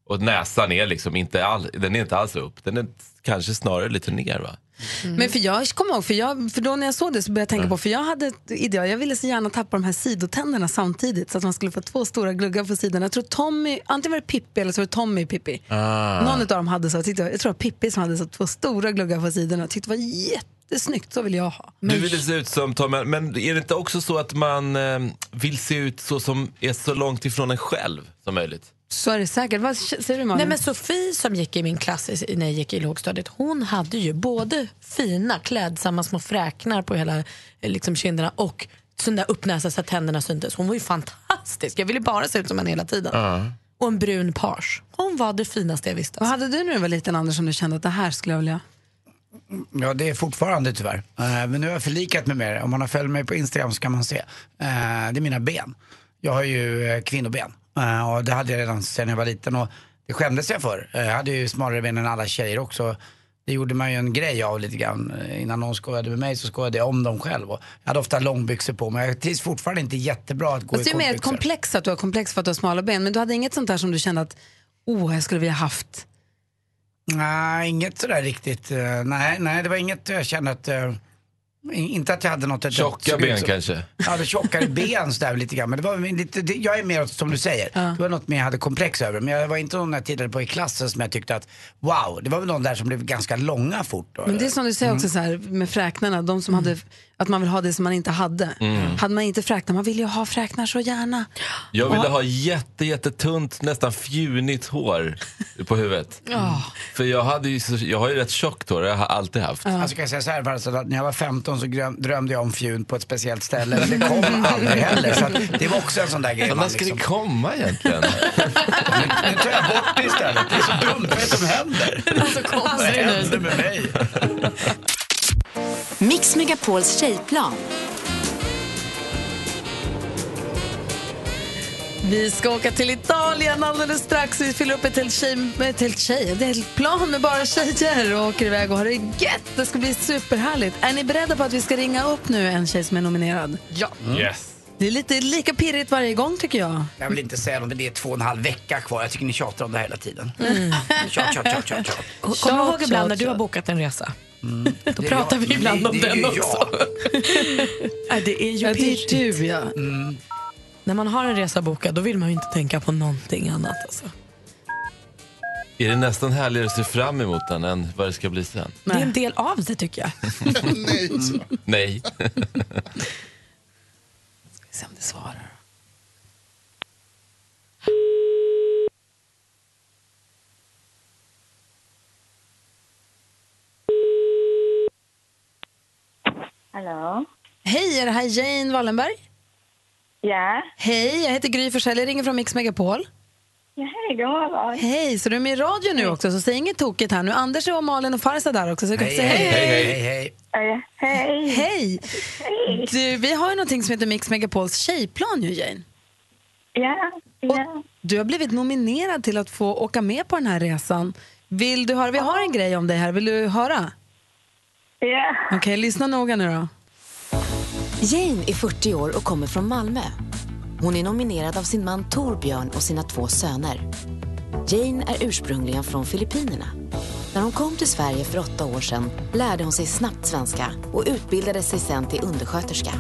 V: och näsan är liksom inte all, den är inte alls upp. Den är kanske snarare lite ner va?
B: Mm. Men för jag kommer ihåg, för, jag, för då när jag såg det så började jag tänka på, för jag hade ett ideal, jag ville så gärna tappa de här sidotänderna samtidigt så att man skulle få två stora gluggar på sidan. Jag tror Tommy, antingen var det Pippi eller så var det Tommy Pippi.
V: Ah.
B: Någon av dem hade så, jag, tyckte, jag tror det var Pippi som hade så två stora gluggar på sidorna. Jag tyckte det var jättesnyggt, så vill jag ha.
V: Du ville se ut som Tom, men är det inte också så att man eh, vill se ut så som är så långt ifrån en själv som möjligt?
B: Så är det säkert. Vad säger du
D: Nej, men Sofie som gick i min klass i- när jag gick i lågstadiet, hon hade ju både fina klädsamma små fräknar på hela eh, liksom, kinderna och sån där uppnäsa så att tänderna syntes. Hon var ju fantastisk. Jag ville bara se ut som henne hela tiden. Och en brun page. Hon var det finaste jag visste.
B: Vad hade du när du var liten Anders som du kände att det här skulle jag vilja
C: Ja, det är fortfarande tyvärr. Eh, men nu har jag förlikat mig med det. Om man har följt mig på Instagram så kan man se. Eh, det är mina ben. Jag har ju eh, kvinnoben. Eh, och det hade jag redan sedan jag var liten. Och det skämdes jag för. Eh, jag hade ju smalare ben än alla tjejer också. Det gjorde man ju en grej av lite grann. Eh, Innan någon skojade med mig så skojade jag om dem själv. Och jag hade ofta långbyxor på mig. Jag trivs fortfarande inte jättebra att gå
B: Fast det
C: i
B: är mer ett
C: kortbyxor.
B: komplex att du har komplex för att du har smala ben. Men du hade inget sånt där som du kände att, åh, jag skulle vilja haft.
C: Nej, inget sådär riktigt. eh, nej, nej, det var inget jag kände att... eh, in- inte att jag hade något... att-
V: Tjocka
C: såg ut
V: ben
C: som-
V: kanske?
C: Ja, det tjockare ben sådär lite grann. Men det var min lite, det, jag är mer åt, som du säger, det var något mer jag hade komplex över. Men jag var inte någon jag tittade på i klassen som jag tyckte att wow, det var väl någon där som blev ganska långa fort. Då,
B: Men det är som du säger också
C: Mm.
B: så här, med fräknarna, de som hade, att man vill ha det som man inte hade.
V: Mm.
B: Hade man inte fräknar, man vill ju ha fräknar så gärna.
V: Jag ville ha jätte, jättetunt, nästan fjunigt hår på huvudet.
B: Ja.
V: För jag, hade ju, så- jag har ju rätt tjockt hår, det har jag alltid haft.
C: Alltså kan jag säga så här, alltså, att när jag var 15 så gröm, drömde jag om fjun på ett speciellt ställe. Men det kom aldrig heller. Så att det var också en sån där grej.
V: Ja,
C: man liksom-
V: när ska det komma egentligen?
C: Nu tar jag bort det istället. Det är så dumt. Vad är det som händer? Vad händer med mig?
O: Mix Megapols tjejplan.
B: Vi ska åka till Italien alldeles strax. Vi fyller upp ett helt, tjej, ett helt, tjej, ett helt plan med bara tjejer och åker iväg och har det gött. Det ska bli superhärligt. Är ni beredda på att vi ska ringa upp nu en tjej som är nominerad? Ja.
V: Yes.
B: Det är lite lika pirrigt varje gång tycker jag.
C: Jag vill inte säga något, men det är två och en halv vecka kvar. Jag tycker ni tjatar om det här hela tiden.
B: Mm.
C: Tjat, tjat, tjat, tjat, tjat.
D: Kommer du ihåg ibland när du har bokat en resa? Då pratar vi ibland om den också. Nej, det är ju
B: Ja, det är
D: pirrigt.
B: du,
D: Mm.
B: ja.
D: När man har en resa bokad då vill man ju inte tänka på någonting annat. Alltså.
V: Är det nästan härligare att se fram emot den än vad det ska bli sen?
D: Det är en del av det tycker jag.
L: Nej.
V: Nej.
B: Se om det svarar.
R: Hallå?
B: Hej, är det här Jane Wallenberg?
R: Ja.
B: Hej, jag heter Gry Forssell. Jag ringer från Mix Megapol.
R: Hej, det har jag varit.
B: Hej, så du är med i radio nu också, så säg inget tokigt här nu. Anders och Malin och Faris är där också, så du kan säga hej.
C: hej.
R: Eh, Hej.
B: Hej! Du, vi har ju någonting som heter Mix Megapols tjejplan ju, Jane.
R: Ja, ja.
B: Du har blivit nominerad till att få åka med på den här resan. Vill du höra? Vi har en grej om dig här. Vill du höra?
R: Ja.
B: Okej, lyssna noga nu då.
O: Jane är 40 år och kommer från Malmö. Hon är nominerad av sin man Torbjörn och sina två söner. Jane är ursprungligen från Filippinerna. När hon kom till Sverige för åtta år sedan lärde hon sig snabbt svenska och utbildade sig sen till undersköterska.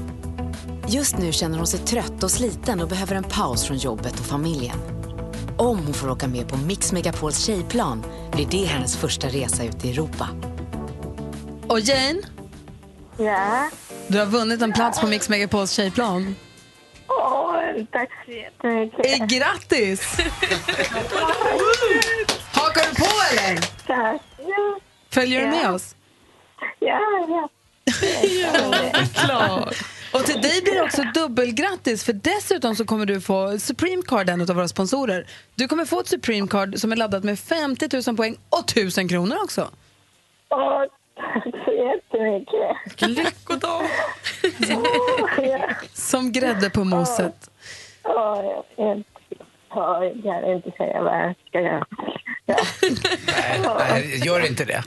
O: Just nu känner hon sig trött och sliten och behöver en paus från jobbet och familjen. Om hon får åka med på Mix Megapols tjejplan blir det hennes första resa ut i Europa.
B: Och Jane,
R: Ja.
B: du har vunnit en plats på Mix Megapols tjejplan.
R: Åh, tack så jättemycket.
B: Eh, Grattis! Hakar du på
H: er?
B: eller?
R: Tack. Ja,
B: Följer du med oss?
R: ja. ja.
B: Klart. Och till dig blir det också dubbelgrattis för dessutom så kommer du få Supreme Card, en av våra sponsorer. Du kommer få ett Supreme Card som är laddat med 50 000 poäng och 1000 kronor också.
R: Åh, tack så jättemycket.
B: Lyckodag! Som grädde på moset.
R: Åh, jag vet inte. Åh, jag kan inte säga vad jag ska göra.
C: Nej, gör inte det.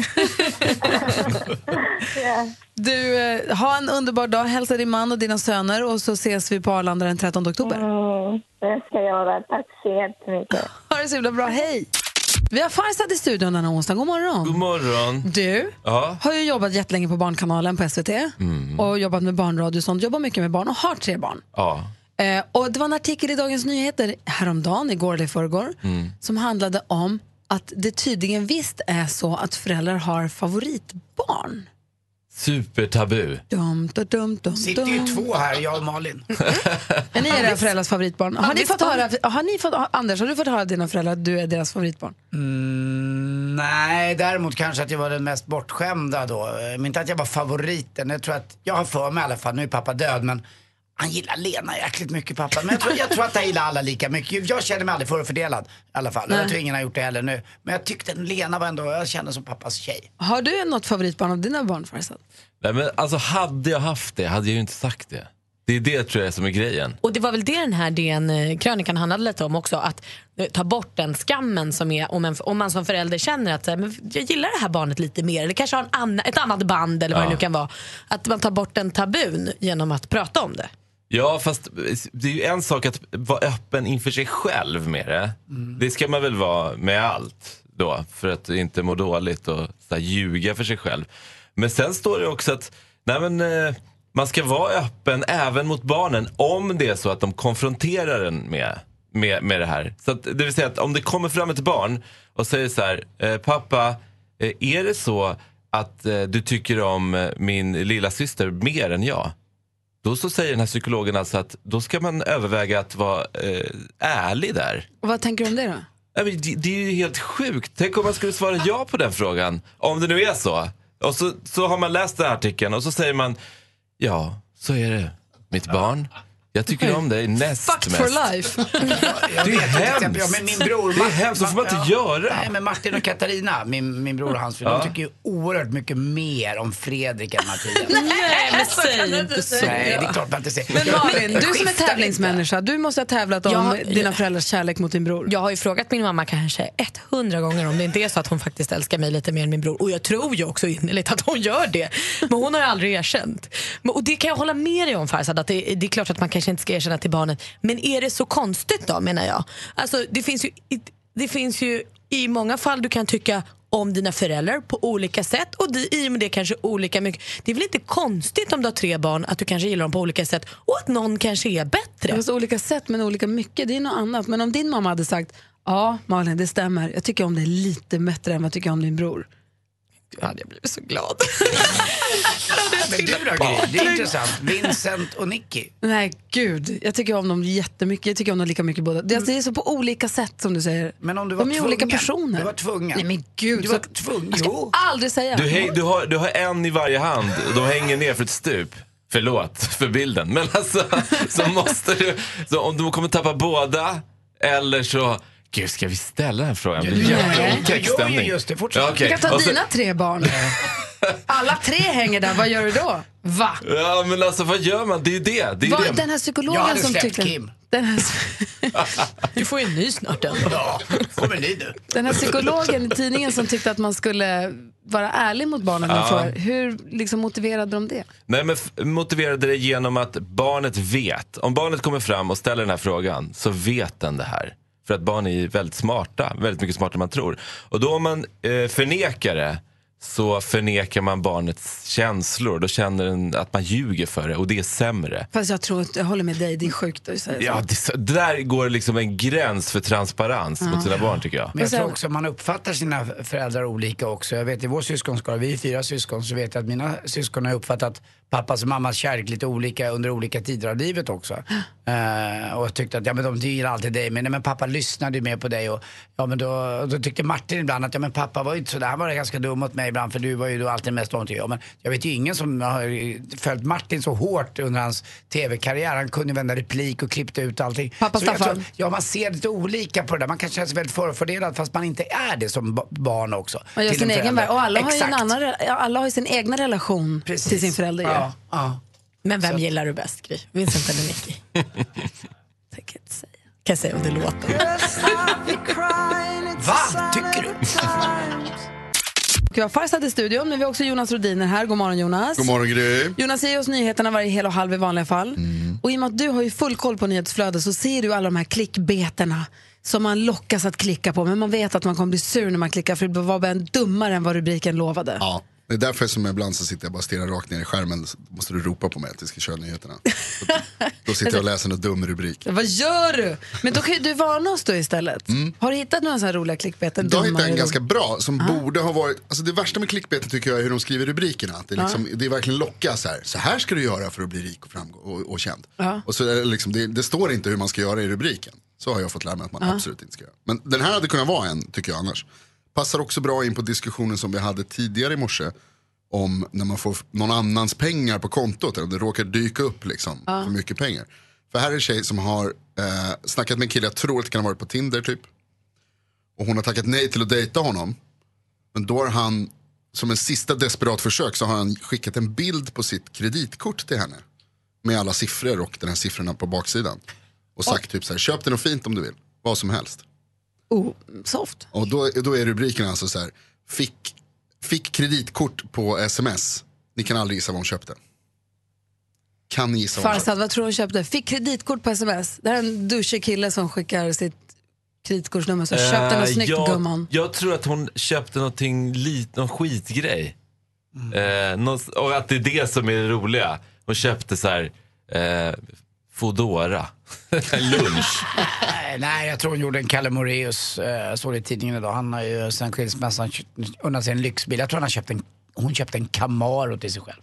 B: Du, eh, ha en underbar dag. Hälsa din man och dina söner och så ses vi på Arlanda den 13 oktober.
R: Mm, det ska jag göra. Tack så jättemycket.
B: Ha det så himla bra. Hej! Vi har Farzad i studion denna onsdag. God morgon!
V: God morgon.
B: Du
V: Ja.
B: har ju jobbat jättelänge på Barnkanalen på SVT
V: Mm.
B: och jobbat med barnradio och sånt. Jobbar mycket med barn och har tre barn.
V: Ja.
B: Eh, och det var en artikel i Dagens Nyheter häromdagen, igår eller i förrgår,
V: Mm.
B: som handlade om att det tydligen visst är så att föräldrar har favoritbarn.
V: Supertabu.
B: Dum, dum, dum, dum,
C: Sitter ju två här, jag och Malin.
B: Är ni era föräldrars favoritbarn? Har ni
C: Anders
B: fått höra, har ni fått, Anders, har du fått höra av dina föräldrar att du är deras favoritbarn?
C: Mm, nej, däremot kanske att jag var den mest bortskämda då. Eh, Men inte att jag var favoriten. Jag tror att, jag har för mig i alla fall, nu är pappa död men han gillar Lena jäkligt mycket pappa. Men jag tror, jag tror att han gillar alla lika mycket. Jag känner mig aldrig förfördelad i alla fall. Och Jag
B: Nej.
C: tror ingen har gjort det heller nu. Men jag tyckte att Lena var ändå, jag kände som pappas tjej.
B: Har du något favoritbarn av dina barn Farzad?
V: Nej, men alltså hade jag haft det hade jag ju inte sagt det. Det är det tror jag som är grejen.
D: Och det var väl det den här DN-krönikan handlade lite om också. Att eh, ta bort den skammen som är om, en, om man som förälder känner att så här, men jag gillar det här barnet lite mer. Eller kanske har en anna, ett annat band eller vad
V: Ja.
D: det nu kan vara. Att man tar bort den tabun genom att prata om det.
V: Ja, fast det är ju en sak att vara öppen inför sig själv med det. Det ska man väl vara med allt då, för att inte må dåligt och så här, ljuga för sig själv. Men sen står det också att nej men, eh, man ska vara öppen även mot barnen om det är så att de konfronterar en med, med, med det här. Så att, det vill säga att om det kommer fram ett barn och säger så här, eh, pappa, eh, är det så att eh, du tycker om eh, min lilla syster mer än jag? Då så säger den här psykologen alltså att då ska man överväga att vara eh, ärlig där.
B: Och vad tänker du om det då?
V: Nej, men det, det är ju helt sjukt. Tänk om man skulle svara ja på den frågan. Om det nu är så. Och så, så har man läst den här artikeln och så säger man ja, så är det. Mitt barn. Jag tycker om dig näst
B: Fucked
V: mest.
B: for life!
C: Jag
V: Det är
C: vet till exempel, ja,
V: hemskt.
C: men min bror,
V: Det är hemskt, så får man inte göra.
C: Nej, men Martin och Katarina, min, min bror och hans fru,
V: Ja.
C: de tycker ju oerhört mycket mer om Fredrik än Mattias.
D: Nej, men säg inte så.
C: Nej, det är klart man inte säger.
B: Men Malin, du som
C: Skiftar
B: är
C: lite.
B: tävlingsmänniska, du måste ha tävlat om
D: Ja,
B: dina föräldrars kärlek mot din bror.
D: Jag har ju frågat min mamma kanske 100 gånger om det inte är så att hon faktiskt älskar mig lite mer än min bror. Och jag tror ju också innerligt att hon gör det. Men hon har ju aldrig erkänt. Men, och det kan jag hålla med dig om Farzad, att det, det är klart att man kanske inte ska erkänna till barnen. Men är det så konstigt då menar jag? Alltså det finns ju, det finns ju i många fall du kan tycka om dina föräldrar på olika sätt och di- i och med det kanske olika mycket. Det är väl inte konstigt om du har tre barn att du kanske gillar dem på olika sätt och att någon kanske är bättre.
B: Fast olika sätt men olika mycket, det är något annat. Men om din mamma hade sagt, ja Malin det stämmer, jag tycker om dig lite bättre än vad jag tycker om din bror.
D: Då hade jag blivit så glad.
C: Men du då, Gry? Det är intressant. Vincent och Nicky.
B: Nej gud, jag tycker om dem jättemycket, jag tycker om dem lika mycket båda. Det det är så på olika sätt som du säger.
C: Men om du var
B: De är
C: tvungen,
B: olika personer.
C: Du var tvungen.
B: Nej men gud.
C: Du
B: så-
C: var tvungen.
B: Jag ska
C: Jo.
B: aldrig säga.
V: Du, häng, du, har, du har en i varje hand och de hänger ner för ett stup. Förlåt för bilden, men alltså så måste du, så om du kommer tappa båda eller så Gud, ska vi ställa den frågan? Det
C: Nej.
V: blir jätteotäck
C: Du gör ju
V: stämning.
C: just det, fortsätt.
V: Ja,
B: Du
V: okej.
B: kan ta
V: Och så-
B: dina tre barn. Alla tre hänger där, vad gör du då? Va?
V: Ja, men alltså vad gör man? Det är ju det. det, är
B: Vad-
V: ju det.
B: Den här
C: Jag
B: psykologen
C: hade
B: som
C: släppt
B: tyckte...
C: Kim.
B: Den här,
D: Du får ju en ny snart ändå.
C: Ja, kommer ny du.
B: den här psykologen i tidningen som tyckte att man skulle vara ärlig mot barnen man
V: Ja.
B: får. Hur liksom, motiverade de det?
V: Nej, men f- motiverade det genom att barnet vet. Om barnet kommer fram och ställer den här frågan så vet den det här. För att barn är ju väldigt smarta, väldigt mycket smartare än man tror. Och då om man eh, förnekar det så förnekar man barnets känslor. Då känner den att man ljuger för det och det är sämre.
B: Fast jag tror att jag håller med dig, det är sjukt att säga så.
V: Ja, det, så- där går liksom en gräns för transparens
C: Ja.
V: mot sina barn tycker jag.
C: Ah. Men jag tror också man uppfattar sina föräldrar olika också. Jag vet i vår syskonskara, vi är fyra syskon, så vet jag att mina syskon har uppfattat pappas och mammas kärlek lite olika under olika tider av livet också.
B: Ah.
C: Eh, och jag tyckte att, ja men de de gillar alltid dig, men, nej, men pappa lyssnade ju mer på dig. Och, ja men då, och då tyckte Martin ibland att, ja men pappa var ju inte sådär, han var ganska dum mot mig ibland för du var ju då alltid mest omtyckt. Ja men jag vet ju ingen som har följt Martin så hårt under hans tv-karriär. Han kunde ju vända replik och klippte ut allting.
B: Pappa
C: Så jag
B: Staffan.
C: tror- Ja, man ser lite olika på det där. Man kan känna sig väldigt förfördelad fast man inte är det som ba- barn också.
B: Man gör
C: till en
B: sin egen
C: förälder.
B: värld. Och alla har, ju en
C: Exakt.
B: annan, re- alla har ju sin egna relation till sin förälder. ju.
C: Ja, ja.
D: Men vem gillar du bäst, Gry? Vincent eller Nicky? Det kan jag säga. Kan jag säga om det låter.
C: Va? Tycker du?
B: Och Vi har Farsad i studion, men vi har också Jonas Rodiner här. God morgon Jonas.
L: God morgon Gry. Mm.
B: Jonas ger oss nyheterna varje hel och halv i vanliga fall. Och i och med att du har ju full koll på nyhetsflödet så ser du alla de här klickbetena som man lockas att klicka på. Men man vet att man kommer bli sur när man klickar för det var bara en dummare än vad rubriken lovade.
L: Ja. Det är därför som jag ibland så sitter jag bara och stirrar rakt ner i skärmen. Så måste du ropa på mig att vi ska köra nyheterna. Så att- Då sitter jag och läser en dum rubrik.
B: Vad gör du? Men då kan ju du varna oss då istället. Har du hittat några sådana här roliga klickbeten?
L: Idag hittade
B: Dummare
L: Mm. jag en
B: ro-
L: ganska bra som borde ha varit, alltså det värsta med klickbeten tycker jag är hur de skriver rubrikerna. Att det, är liksom, det är verkligen locka så här, så här ska du göra för att bli rik och, framgå- och, och känd.
B: Ja.
L: Och så är det, liksom, det, det står inte hur man ska göra i rubriken. Så har jag fått lära mig att man
B: Ja.
L: absolut inte ska göra. Men den här hade kunnat vara en, tycker jag annars. Passar också bra in på diskussionen som vi hade tidigare i morse. Om när man får någon annans pengar på kontot, eller om det råkar dyka upp liksom,
W: Ja.
L: för mycket pengar. För här är en tjej som har eh, snackat med en kille, jag tror att det kan ha varit på Tinder typ. Och hon har tackat nej till att dejta honom. Men då har han, som en sista desperat försök, så har han skickat en bild på sitt kreditkort till henne. Med alla siffror och den här siffrorna på baksidan. Och sagt typ så här, köp dig något fint om du vill. Vad som helst.
B: Oh, soft.
L: Och då, då är rubriken alltså så här, fick, fick kreditkort på sms. Ni kan aldrig gissa vad hon köpte. Kan ni gissa vad hon köpte?
B: Farsad, vad tror du hon köpte? Fick kreditkort på sms. Det här är en douchig kille som skickar sitt kreditkortsnummer så köpte något
V: Eh,
B: snyggt
V: jag,
B: gumman.
V: Jag tror att hon köpte någonting, lit, någon skitgrej. Eh, någon, och att det är det som är det roliga. Hon köpte så här, eh, Foodora. Lunch.
C: Nej, nej, jag tror hon gjorde en Kalle Moraeus, eh, jag såg det i tidningen idag. Han har ju sen skilsmässan kö- unnat sig en lyxbil. Jag tror han har köpt en, hon köpte en Camaro till sig själv.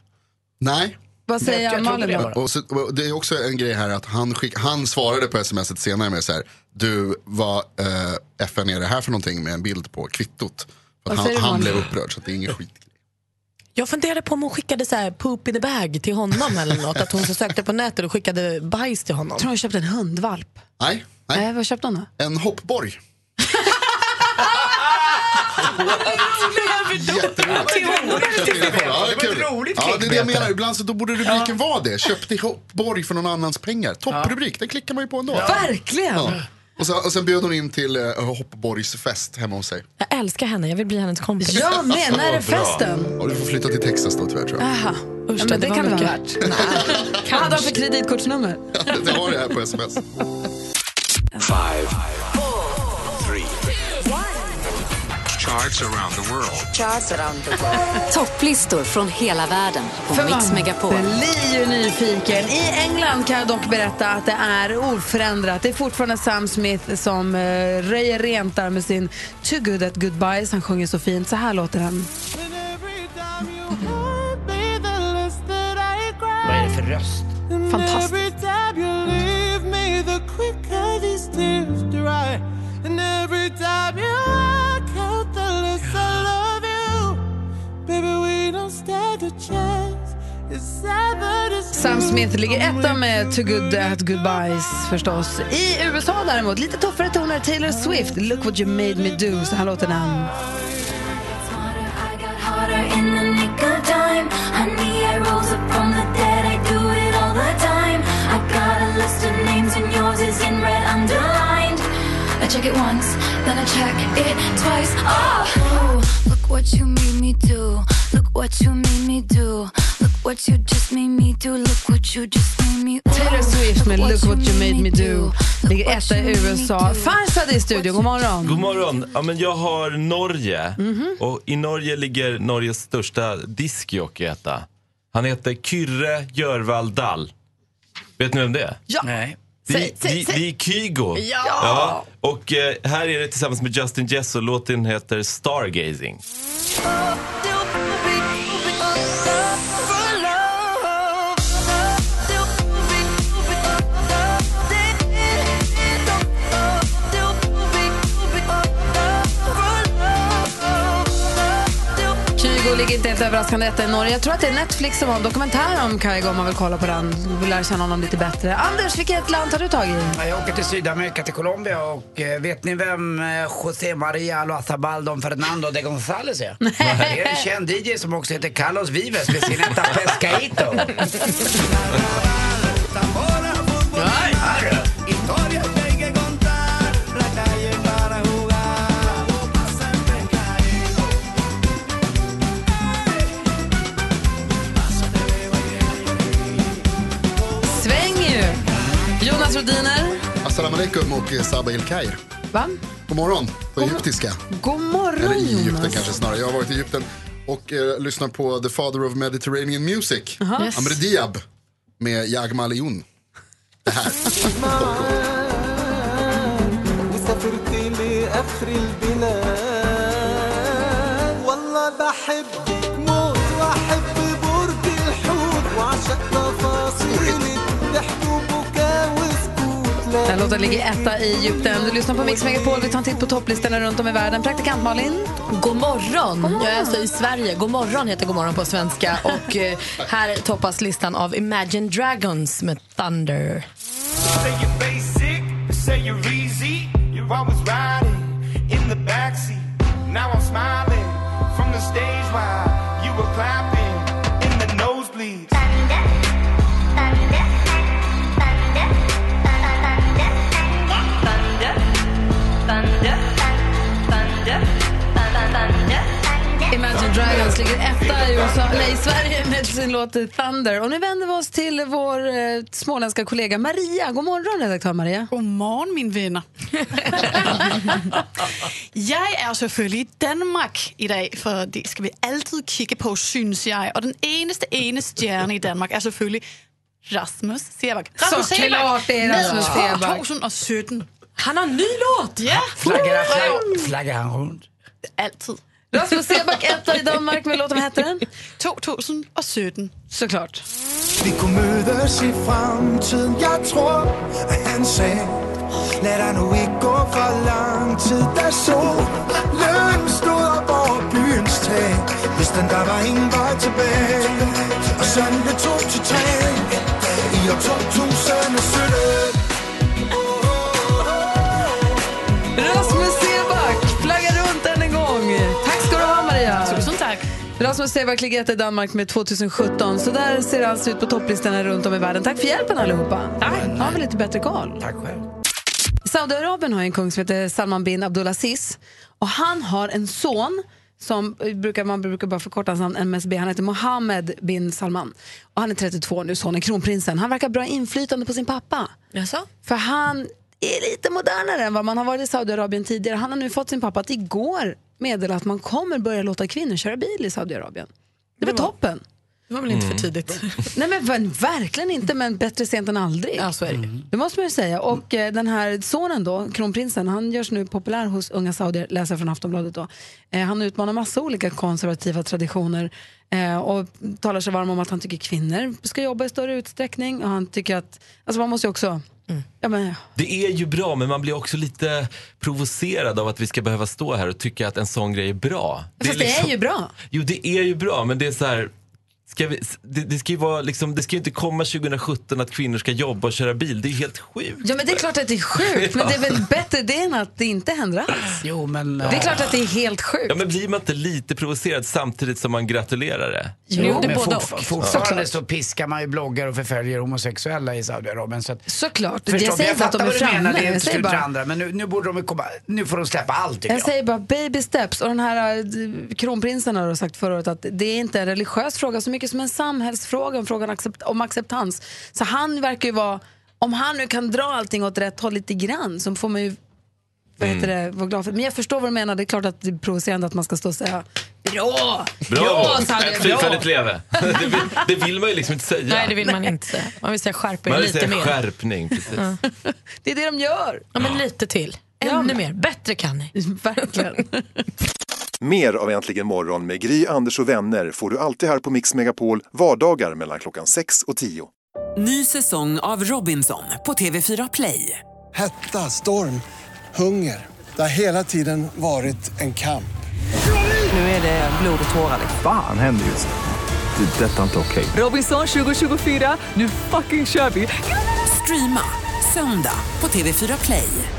L: Nej.
B: Vad säger Jag- jag trodde Malin det då? bara.
L: Och så, och det är också en grej här att han, skick, han svarade på smset senare med så här. Du, vad eh, FN är det här för någonting med en bild på kvittot? För
D: Vad
L: att han,
D: säger du,
L: han
D: Malin?
L: blev upprörd så att det är ingen skit.
D: Jag funderade på om hon skickade så här poop in the bag till honom eller något. Att hon så sökte på nätet och skickade bajs till honom.
B: Jag tror hon köpte en hundvalp.
L: Nej,
B: nej. Eh, vad köpte hon då?
L: En hoppborg.
D: Till honom eller till sig själv?
L: Ja, det är kul. Ja, det är det jag menar. Ibland så då borde rubriken
D: Ja.
L: vara det. Köpte hoppborg för någon annans pengar. Topprubrik, den klickar man ju på ändå.
D: Ja. Verkligen.
L: Och, så, och sen bjöd hon in till eh, hoppborgsfest hemma hos sig. Alltså,
D: Jag älskar henne, jag vill bli hennes kompis.
B: Jag med, när är festen?
L: Ja, du får flytta till Texas då tyvärr tror jag.
D: Aha. Usch,
B: ja, men det,
D: var
B: kan det vara
D: mycket.
B: värt. Vad hade han för kreditkortsnummer?
L: Det har jag här på sms.
W: Five, three. Charts around the world.
O: Topplistor från hela världen på
B: För
O: Mix
B: man
O: Megapol.
B: blir ju nyfiken. I England kan jag dock berätta att det är oförändrat. Det är fortfarande Sam Smith som eh, röjer rent där med sin Too good at goodbyes. Han sjunger så fint. Så här låter den.
C: Vad är det för röst?
B: Fantastiskt.
H: Every time you leave me, the quicker these tears dry. And every time you walk out, the less I love you. Baby, we don't stand a chance. It's sad, but it's
B: Sam Smith ligger etta med Too Good At Goodbyes förstås. I USA däremot, lite tuffare toner, Taylor Swift, Look What You Made Me Do. Så här låter den.
X: Check it once, then I check it twice. Oh, look what you made me do. Look what you made me do. Look what you just made me do. Look what you just made me do.
B: Taylor Swift med Look What You Made Me Do. Ligger etta i USA. Farzad är i studion, god morgon.
V: God morgon. Ja, men jag har Norge.
B: Mhm.
V: Och I Norge ligger Norges största discjockey etta. Han heter Kyrre Jörvald Dahl. Vet ni vem det är?
D: Ja.
C: Nej.
V: Det, det, det är Kygo.
D: Ja.
V: Och eh, här är det tillsammans med Justin Jess och låten heter Stargazing.
B: Kygo ligger inte helt överraskande etta i Norge. Jag tror att det är Netflix som har en dokumentär om Kygo om man vill kolla på den. Vill lära känna honom lite bättre. Anders, vilket land tar du tag i?
C: Ja, Jag åker till Sydamerika, till Colombia och eh, vet ni vem eh, José María Loazabal Fernando de González är? Det är en känd DJ som också heter Carlos Vives med sin etta Pescaito.
B: Sväng ju! Jonas Rhodiner,
L: Assalamu alaikum och eh, Sabah El Khair.
B: Va?
L: God morgon på egyptiska.
B: god morgon alltså.
L: Eller i Egypten
B: Jonas.
L: kanske snarare. Jag har varit i Egypten och eh, lyssnat på The Father of Mediterranean Music,
B: Aha. Yes.
L: Amr Diab, med Yagma Aliyoun. Det här.
H: وسافرت لآخر البلاد والله بحبك موت وأحب برج الحوت وعشق تفاصيلك ضحك وبكاء وسكوت
B: Den här låten ligger etta i Egypten. Du lyssnar på Mix Megapol. Vi tar en titt på topplistorna runt om i världen. Praktikant Malin.
D: God morgon! Jag är alltså i Sverige. God morgon heter god morgon på svenska. Och eh, här toppas listan av Imagine Dragons med Thunder.
G: Say you're basic, say you're easy. You're always riding in the backseat. Now I'm smiling from the stage while you were clapping in the nosebleeds.
B: Imagine Dragons ligger etta i, USA, nej, i Sverige med sin låt Thunder. Och nu vänder vi oss till vår eh, småländska kollega Maria. God morgon, redaktör Maria.
U: God morgon, min venner. Jeg er jo selvfølgelig i Danmark i dag, for det skal vi altid kigge på, synes jeg. Og den eneste ene stjerne i Danmark er selvfølgelig Rasmus Seebach. Rasmus
B: Så klart det er
U: med
B: Rasmus Seebach.
U: 2017. Han har en ny låt! Ja.
C: Flaggar, flaggar, flaggar han runt?
U: Altid.
D: Mm.
B: Rasmus Seebach etta i Danmark. Hvad låten hette den?
U: 2017.
B: Såklart.
G: Vi kunne mødes i fremtiden, jeg tror, at han sagde Lad dig nu ikke gå for lang tid, da solen stod op over byens tag Hvis den der var ingen vej tilbage, og sådan blev to til tre I år 2017
B: Rasmus Seebach flaggar runt än en gång. Tack ska du ha, Maria.
U: Tusen tack.
B: Rasmus Seebach ligger etta i Danmark med 2017. Så där ser det alltså ut på topplistorna runt om i världen. Tack för hjälpen allihopa. Tack. Har vi lite bättre koll.
C: Tack själv.
B: Saudiarabien har ju en kung som heter Salman bin Abdulaziz. Och han har en son som eh, brukar, man brukar bara förkorta hans namn MSB. Han heter Mohammed bin Salman. Och han är 32 nu, sonen kronprinsen. Han verkar bra inflytande på sin pappa.
D: Jaså?
B: För han är lite modernare än vad man har varit i Saudiarabien tidigare. Han har nu fått sin pappa att igår meddela att man kommer börja låta kvinnor köra bil i Saudiarabien. Det var toppen.
D: Det var väl inte för tidigt?
B: Nej men ver- verkligen inte, men bättre sent än aldrig. Mm.
D: Ja, så är det ju.
B: Det måste man ju säga. Och eh, den här sonen då, kronprinsen, han görs nu populär hos unga saudier, läser jag från Aftonbladet då. Eh, han utmanar massa olika konservativa traditioner eh, och talar sig varm om att han tycker kvinnor ska jobba i större utsträckning och han tycker att, alltså man måste ju också, ja men
V: Det är ju bra, men man blir också lite provocerad av att vi ska behöva stå här och tycka att en sån grej är bra.
B: liksom- Fast det är ju bra.
V: Jo, det är ju bra, men det är så här... Ska vi, det, det, ska ju vara liksom, det ska ju inte komma 2017 att kvinnor ska jobba och köra bil. Det är ju helt sjukt.
B: Ja, men det är klart att det är sjukt, men det är väl bättre det än att det inte händer alls?
C: Jo, men...
B: Det är klart att det är helt sjukt.
V: Ja, men blir man inte lite provocerad samtidigt som man gratulerar det?
C: Jo, men
B: både
C: fortfar-
B: och.
C: fortfarande
B: Såklart.
C: så piskar man ju bloggar och förföljer homosexuella i Saudiarabien. Så att,
B: Såklart.
C: Förstår,
B: jag säger
C: jag
B: inte att de
C: fattar
B: är
C: vad du menar,
B: framme.
C: det är
B: Jag
C: ett
B: säger
C: slut
B: bara,
C: andra. Men nu, nu borde de ju komma, nu får de släppa allt tycker
B: jag
C: jag.
B: säger bara baby steps. Och den här eh, kronprinsen har sagt förra året att det är inte en religiös fråga så mycket som en samhällsfråga, en fråga om accept- om acceptans. Så han verkar ju vara, om han nu kan dra allting åt rätt håll lite grann så får man ju vad heter det, vara glad för. Men jag förstår vad du menar, det är klart att det är provocerande att man ska stå och säga bra,
V: Bravo!
B: Sanne,
V: Ett
B: bra.
V: tillfälligt leve. Det vill, det vill man ju liksom inte säga.
D: Nej, det vill man inte säga. Man vill säga skärpa
V: Man
D: er
V: vill
D: lite
V: säga
D: mer.
V: skärpning. Precis.
D: Ja.
B: Det är det de gör.
D: Ja, men lite till. Ännu mer. Bättre kan ni.
B: Verkligen.
K: Mer av Äntligen morgon med Gry, Anders och vänner får du alltid här på Mix Megapol vardagar mellan klockan 6 och 10.
H: Ny säsong av Robinson på TV4 Play.
Y: Hetta, storm, hunger. Det har hela tiden varit en kamp.
H: Nu är det blod och tårar. liksom.
O: Fan händer just nu. Det. är Detta är inte okej.
H: Robinson 2024, nu fucking kör vi! Streama söndag på TV4 Play.